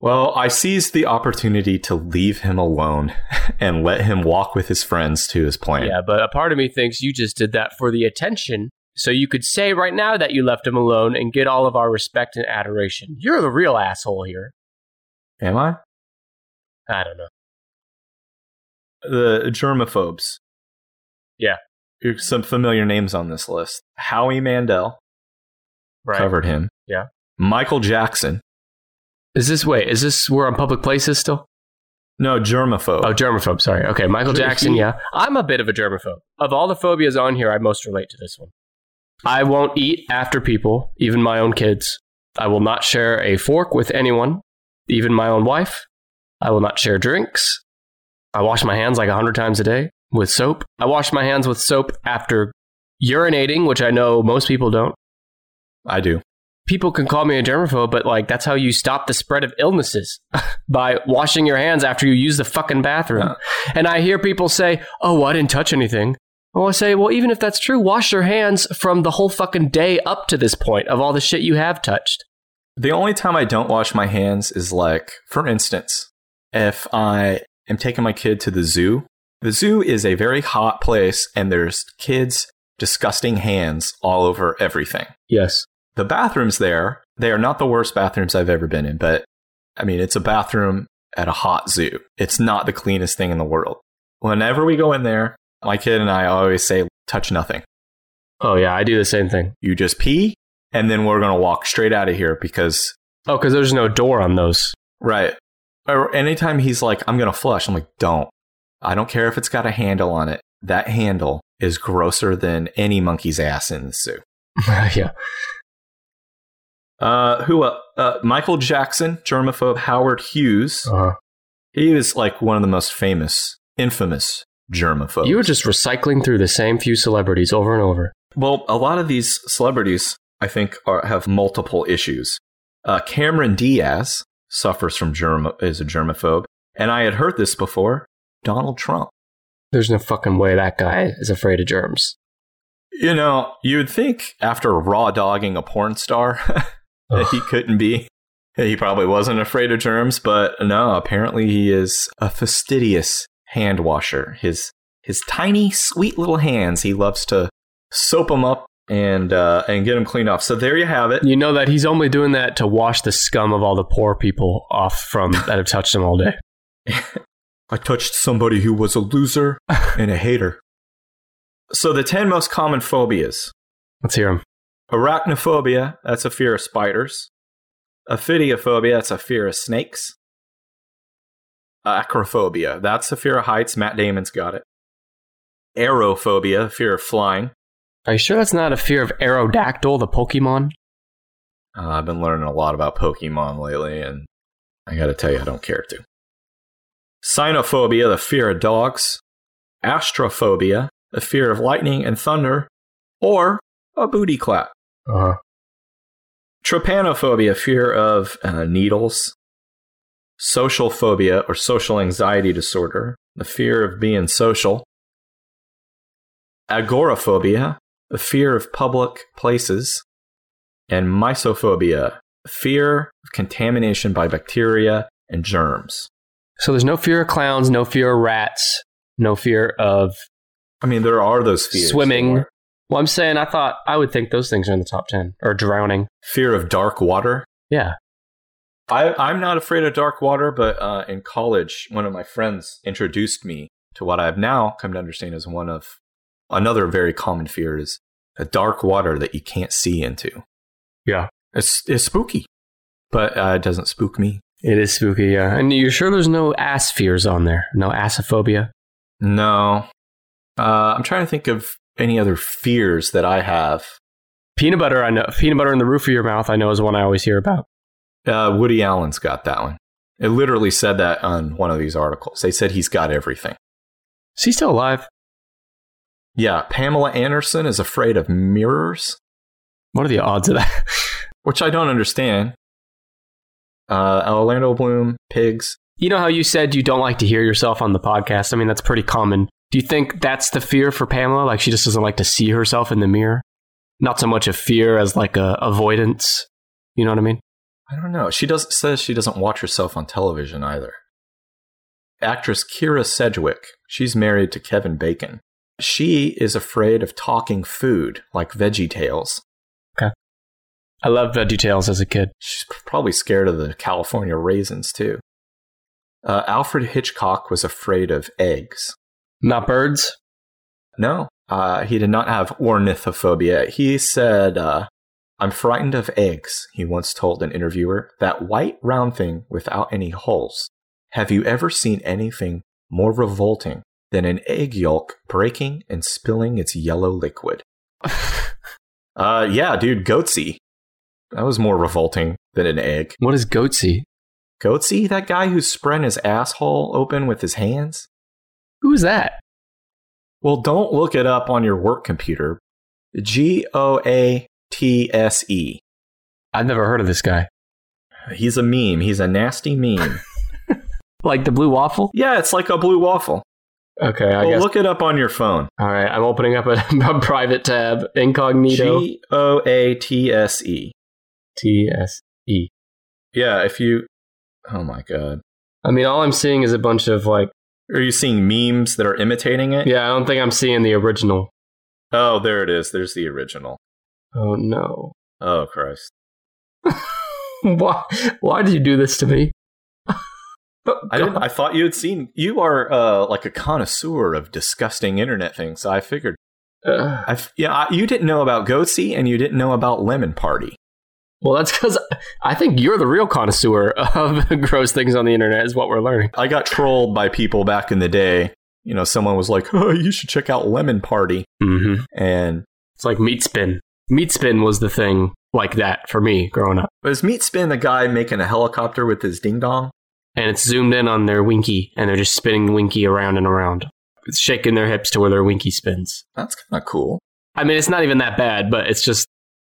Speaker 2: Well, I seized the opportunity to leave him alone *laughs* and let him walk with his friends to his plan.
Speaker 1: Yeah, but a part of me thinks you just did that for the attention. So you could say right now that you left him alone and get all of our respect and adoration. You're the real asshole here.
Speaker 2: Am I?
Speaker 1: I don't know.
Speaker 2: The germaphobes.
Speaker 1: Yeah.
Speaker 2: Here's some familiar names on this list. Howie Mandel
Speaker 1: Right.
Speaker 2: covered him.
Speaker 1: Yeah.
Speaker 2: Michael Jackson.
Speaker 1: Is this wait? Is this we're on public places still?
Speaker 2: No, germaphobe.
Speaker 1: Oh, germaphobe. Sorry. Okay, Michael
Speaker 2: Sure,
Speaker 1: Jackson.
Speaker 2: he-
Speaker 1: Yeah, I'm a bit of a germaphobe. Of all the phobias on here, I most relate to this one. I won't eat after people, even my own kids. I will not share a fork with anyone, even my own wife. I will not share drinks. I wash my hands like a hundred times a day with soap. I wash my hands with soap after urinating, which I know most people don't
Speaker 2: I do.
Speaker 1: people can call me a germaphobe, but like that's how you stop the spread of illnesses *laughs* by washing your hands after you use the fucking bathroom. And I hear people say, "Oh, well, I didn't touch anything." Well, I say, well, even if that's true, wash your hands from the whole fucking day up to this point of all the shit you have touched.
Speaker 2: The only time I don't wash my hands is like, for instance, if I am taking my kid to the zoo, the zoo is a very hot place and there's kids' disgusting hands all over everything.
Speaker 1: Yes.
Speaker 2: The bathrooms there, they are not the worst bathrooms I've ever been in, but I mean, it's a bathroom at a hot zoo. It's not the cleanest thing in the world. Whenever we go in there, my kid and I always say, touch nothing.
Speaker 1: Oh yeah, I do the same thing.
Speaker 2: You just pee, and then we're going to walk straight out of here because
Speaker 1: Oh, because there's no door on those.
Speaker 2: Right. Or anytime he's like, I'm going to flush, I'm like, don't. I don't care if it's got a handle on it. That handle is grosser than any monkey's ass in the zoo.
Speaker 1: *laughs* yeah.
Speaker 2: Uh, who, uh, uh, Michael Jackson, germaphobe Howard Hughes.
Speaker 1: Uh-huh.
Speaker 2: He is like one of the most famous, infamous germaphobes.
Speaker 1: You were just recycling through the same few celebrities over and over.
Speaker 2: well, a lot of these celebrities, I think, are, have multiple issues. Uh, Cameron Diaz suffers from germ, is a germaphobe. And I had heard this before. Donald Trump.
Speaker 1: There's no fucking way that guy is afraid of germs.
Speaker 2: You know, you'd think after raw dogging a porn star *laughs* that he couldn't be. He probably wasn't afraid of germs, but no, apparently he is a fastidious hand washer. His his tiny, sweet little hands, he loves to soap them up and uh, and get them cleaned off. So there you have it.
Speaker 1: You know that he's only doing that to wash the scum of all the poor people off from that have touched him all day.
Speaker 2: I touched somebody who was a loser and a hater. So the ten most common phobias.
Speaker 1: Let's hear him.
Speaker 2: Arachnophobia, that's a fear of spiders. Ophidiophobia, that's a fear of snakes. Acrophobia, that's a fear of heights. Matt Damon's got it. Aerophobia, fear of flying.
Speaker 1: Are you sure that's not a fear of Aerodactyl, the Pokemon?
Speaker 2: Uh, I've been learning a lot about Pokemon lately, and I gotta tell you, I don't care to. Cynophobia, the fear of dogs. Astrophobia, the fear of lightning and thunder. Or a booty clap.
Speaker 1: Uh-huh.
Speaker 2: Trypanophobia, fear of uh, needles. Social phobia or social anxiety disorder, the fear of being social. Agoraphobia, the fear of public places. And mysophobia, fear of contamination by bacteria and germs.
Speaker 1: So there's no fear of clowns, no fear of rats, no fear of
Speaker 2: I mean, there are those fears.
Speaker 1: swimming. Well, I'm saying I thought I would think those things are in the top 10 or drowning.
Speaker 2: Fear of dark water.
Speaker 1: Yeah.
Speaker 2: I, I'm not afraid of dark water, but uh, in college, one of my friends introduced me to what I've now come to understand as one of another very common fear is a dark water that you can't see into.
Speaker 1: Yeah.
Speaker 2: It's, it's spooky, but uh, it doesn't spook me.
Speaker 1: It is spooky, yeah. And you're sure there's no ass fears on there? No assophobia?
Speaker 2: No. Uh, I'm trying to think of any other fears that I have.
Speaker 1: Peanut butter, I know. Peanut butter in the roof of your mouth, I know, is one I always hear about.
Speaker 2: Uh, Woody Allen's got that one. It literally said that on one of these articles. They said he's got everything.
Speaker 1: Is he still alive?
Speaker 2: Yeah, Pamela Anderson is afraid of mirrors,
Speaker 1: What are the odds of that? *laughs*
Speaker 2: which I don't understand. Uh, Orlando Bloom, pigs.
Speaker 1: you know how you said you don't like to hear yourself on the podcast? I mean, that's pretty common. Do you think that's the fear for Pamela? Like she just doesn't like to see herself in the mirror? Not so much a fear as like a avoidance. You know what I mean?
Speaker 2: I don't know. She does says she doesn't watch herself on television either. Actress Kira Sedgwick. She's married to Kevin Bacon. She is afraid of talking food like Veggie Tales.
Speaker 1: I loved Veggie Tales as a kid.
Speaker 2: She's probably scared of the California raisins too. Uh, Alfred Hitchcock was afraid of eggs.
Speaker 1: Not birds? *laughs*
Speaker 2: No, uh, he did not have ornithophobia. He said, uh, "I'm frightened of eggs." He once told an interviewer that white round thing without any holes. Have you ever seen anything more revolting than an egg yolk breaking and spilling its yellow liquid? uh, yeah, dude, goatsy. That was more revolting than an egg.
Speaker 1: What is goatsy?
Speaker 2: Goatsy, that guy who's spreading his asshole open with his hands?
Speaker 1: Who is that?
Speaker 2: Well, don't look it up on your work computer. G O A T S E.
Speaker 1: I've never heard of this guy.
Speaker 2: He's a meme. He's a
Speaker 1: *laughs*
Speaker 2: nasty meme.
Speaker 1: Like the blue waffle?
Speaker 2: yeah, it's like a blue waffle.
Speaker 1: Okay, I
Speaker 2: Well,
Speaker 1: guess.
Speaker 2: look it up on your phone.
Speaker 1: All right, I'm opening up a, *laughs* a private tab, incognito.
Speaker 2: G O A T S E.
Speaker 1: T S.
Speaker 2: Yeah, if you. Oh my god.
Speaker 1: I mean, all I'm seeing is a bunch of like.
Speaker 2: Are you seeing memes that are imitating it?
Speaker 1: Yeah, I don't think I'm seeing the original.
Speaker 2: Oh, there it is. There's the original.
Speaker 1: Oh no!
Speaker 2: Oh, Christ.
Speaker 1: Why? Why did you do this to me?
Speaker 2: I
Speaker 1: *laughs*
Speaker 2: didn't. I thought you had seen. You are uh, like a connoisseur of disgusting internet things. So I figured.
Speaker 1: Ugh.
Speaker 2: I f- yeah, I, you didn't know about Goatsy and you didn't know about Lemon Party.
Speaker 1: well, that's because I think you're the real connoisseur of *laughs* gross things on the internet, is what we're learning.
Speaker 2: I got trolled by people back in the day. You know, someone was like, "Oh, you should check out Lemon Party,"
Speaker 1: Mm-hmm.
Speaker 2: and
Speaker 1: It's like meat spin. Meat spin was the thing like that for me growing up,
Speaker 2: was Meat Spin the guy making a helicopter with his ding dong?
Speaker 1: and it's zoomed in on their winky, and they're just spinning the winky around and around, It's shaking their hips to where their winky spins.
Speaker 2: That's kind of cool.
Speaker 1: I mean, it's not even that bad, but it's just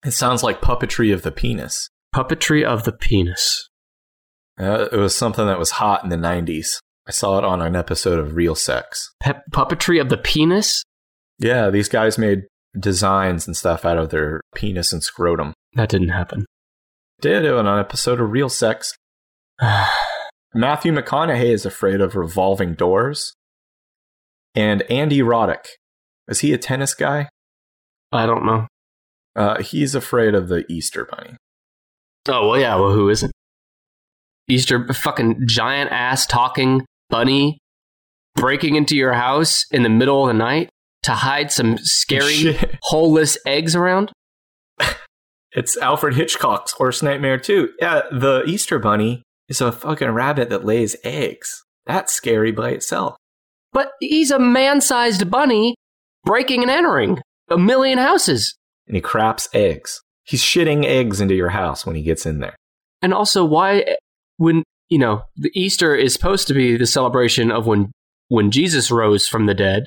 Speaker 2: It sounds like puppetry of the penis.
Speaker 1: puppetry of the penis.
Speaker 2: Uh, it was something that was hot in the '90s. I saw it on an episode of Real Sex.
Speaker 1: Pe- puppetry of the penis?
Speaker 2: Yeah, these guys made designs and stuff out of their penis and scrotum.
Speaker 1: That didn't happen. *sighs*
Speaker 2: Did it on an episode of Real Sex. Matthew McConaughey is afraid of revolving doors. And Andy Roddick, is he a tennis guy?
Speaker 1: I don't know.
Speaker 2: Uh, he's afraid of the Easter Bunny.
Speaker 1: Oh, well, yeah, well, who isn't? Easter fucking giant ass talking bunny breaking into your house in the middle of the night to hide some scary,
Speaker 2: Shit.
Speaker 1: holeless eggs around?
Speaker 2: It's Alfred Hitchcock's Horse Nightmare too. Yeah, the Easter Bunny is a fucking rabbit that lays eggs. That's scary by itself.
Speaker 1: But he's a man sized bunny breaking and entering. a million houses.
Speaker 2: And he craps eggs. He's shitting eggs into your house when he gets in there.
Speaker 1: And also, why, when, you know, the Easter is supposed to be the celebration of when, when Jesus rose from the dead.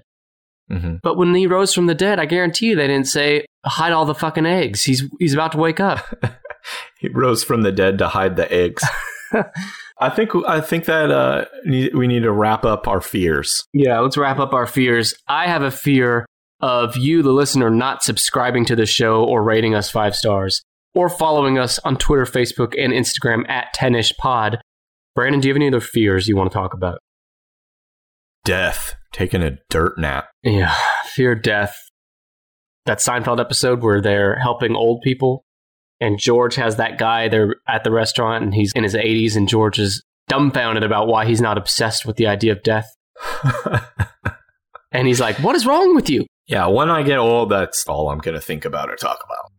Speaker 2: Mm-hmm.
Speaker 1: But when he rose from the dead, I guarantee you they didn't say, hide all the fucking eggs. He's, he's about to wake up.
Speaker 2: He rose from the dead to hide the eggs. I think I think that uh, need- we need to wrap up our fears.
Speaker 1: Yeah, let's wrap up our fears. I have a fear of you, the listener, not subscribing to the show or rating us five stars or following us on Twitter, Facebook, and Instagram at 10ish pod. Brandon, do you have any other fears you want to talk about?
Speaker 2: Death, taking a dirt nap.
Speaker 1: Yeah, fear death. That Seinfeld episode where they're helping old people, and George has that guy there at the restaurant, and he's in his 80s, and George is dumbfounded about why he's not obsessed with the idea of *laughs* death. And he's like, What is wrong with you?
Speaker 2: yeah, when I get old, that's all I'm going to think about or talk about.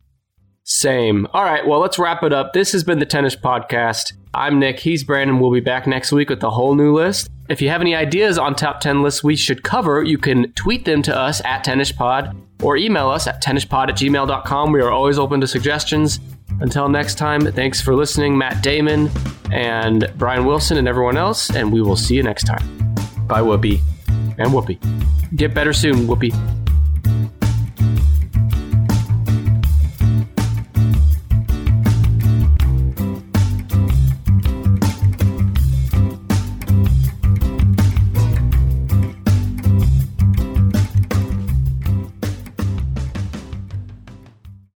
Speaker 1: Same. All right, well, let's wrap it up. This has been the Tennis Podcast. I'm Nick. He's Brandon. We'll be back next week with a whole new list. If you have any ideas on top 10 lists we should cover, you can tweet them to us at TennisPod or email us at TennisPod at gmail.com. We are always open to suggestions. Until next time, thanks for listening, Matt Damon and Brian Wilson and everyone else, and we will see you next time.
Speaker 2: Bye, Whoopi.
Speaker 1: And Whoopi. Get better soon, Whoopi.